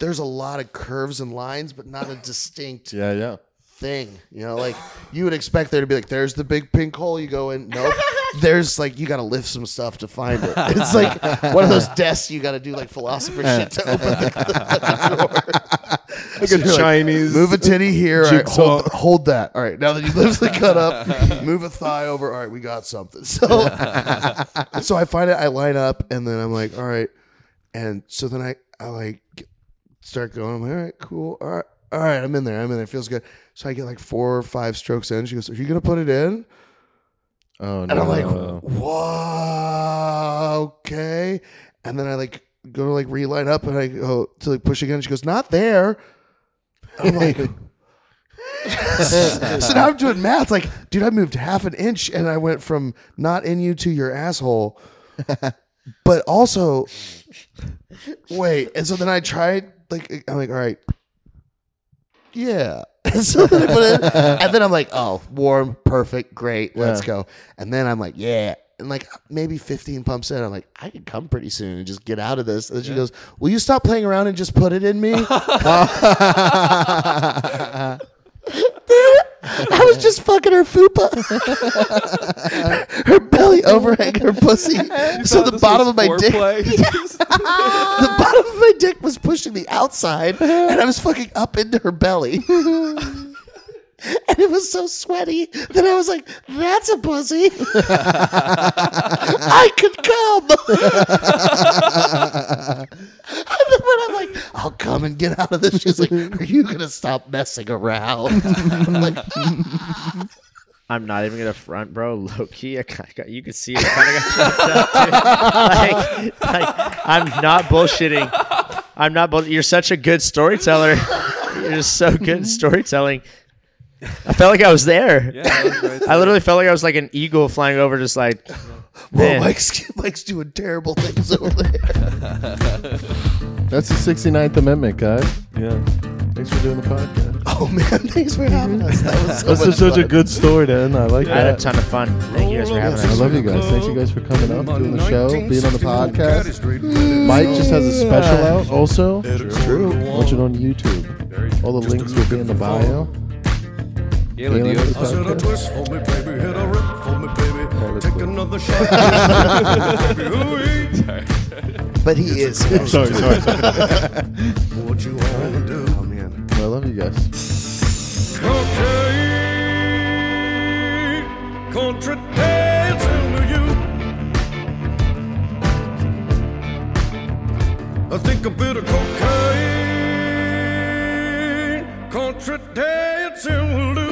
Speaker 5: there's a lot of curves and lines, but not a distinct
Speaker 2: Yeah, yeah.
Speaker 5: thing. You know, like you would expect there to be like, there's the big pink hole you go in. Nope. There's like you got to lift some stuff to find it. It's like one of those desks you got to do like philosopher shit to open the, the door.
Speaker 2: Like
Speaker 5: So
Speaker 2: a
Speaker 5: you're like,
Speaker 2: Chinese.
Speaker 5: move a titty here. All right,
Speaker 2: Jigsaw.
Speaker 5: hold, hold that. All right, now that you lift the cut up, move a thigh over. All right, we got something. So, so I find it. I line up, and then I'm like, all right. And so then I, I like get- start going. I'm like, all right, cool. All right, all right, I'm in there. I'm in there. It feels good. So I get like four or five strokes in. She goes, are you gonna put it in?
Speaker 2: oh no.
Speaker 5: And I'm like, whoa, okay. And then I like go to like reline up and I go to like push again. She goes, not there. I'm like, so now I'm doing math. Like, dude, I moved half an inch and I went from not in you to your asshole. but also, wait. And so then I tried, like, I'm like, all right. Yeah. And so then I put it, and then I'm like, oh, warm, perfect, great, let's go. And then I'm like, yeah. And like maybe 15 pumps in, I'm like, I could come pretty soon and just get out of this. And then she goes, Will you stop playing around and just put it in me? I was just fucking her fupa. her belly overhang her pussy. so the bottom of my dick the bottom of my dick was pushing the outside and I was fucking up into her belly. And it was so sweaty that I was like, that's a pussy. I could come. and then when I'm like, I'll come and get out of this, she's like, are you going to stop messing around? I'm like,
Speaker 4: I'm not even gonna front, bro. Low key, I kinda got, you can see I kind of got choked up. Dude. Like, like, I'm not bullshitting. I'm not. Bull- you're such a good storyteller. You're just so good at storytelling. I felt like I was there. I literally felt like I was like an eagle flying over, just like.
Speaker 5: whoa,
Speaker 4: man.
Speaker 5: Mike's, Mike's doing terrible things over there.
Speaker 2: That's the 69th Amendment, guys.
Speaker 3: Yeah.
Speaker 2: Thanks for doing the podcast.
Speaker 5: Oh, man, thanks for having us. That was so
Speaker 2: That's
Speaker 5: much
Speaker 2: just such
Speaker 5: fun.
Speaker 2: a good story, Dan. I like
Speaker 4: I had a
Speaker 2: that.
Speaker 4: ton of fun. Thank you guys for having
Speaker 2: I
Speaker 4: us.
Speaker 2: love you guys. Thank you guys for coming up, doing the show, being on the podcast. Mike just has a special out also.
Speaker 1: True.
Speaker 2: Watch it on YouTube. All the links will be in the bio.
Speaker 3: Galen, do you
Speaker 2: Galen's
Speaker 3: have
Speaker 1: I
Speaker 2: the
Speaker 1: said a
Speaker 2: podcast.
Speaker 1: twist for me, baby. Hit a rip for me, baby. Take another shot. baby, ooh-wee.
Speaker 5: But he is.
Speaker 2: Sorry, sorry, sorry.
Speaker 1: What you wanna do?
Speaker 2: I love you guys.
Speaker 1: Cocaine Contra dancing to you I think a bit of cocaine Contra dancing will do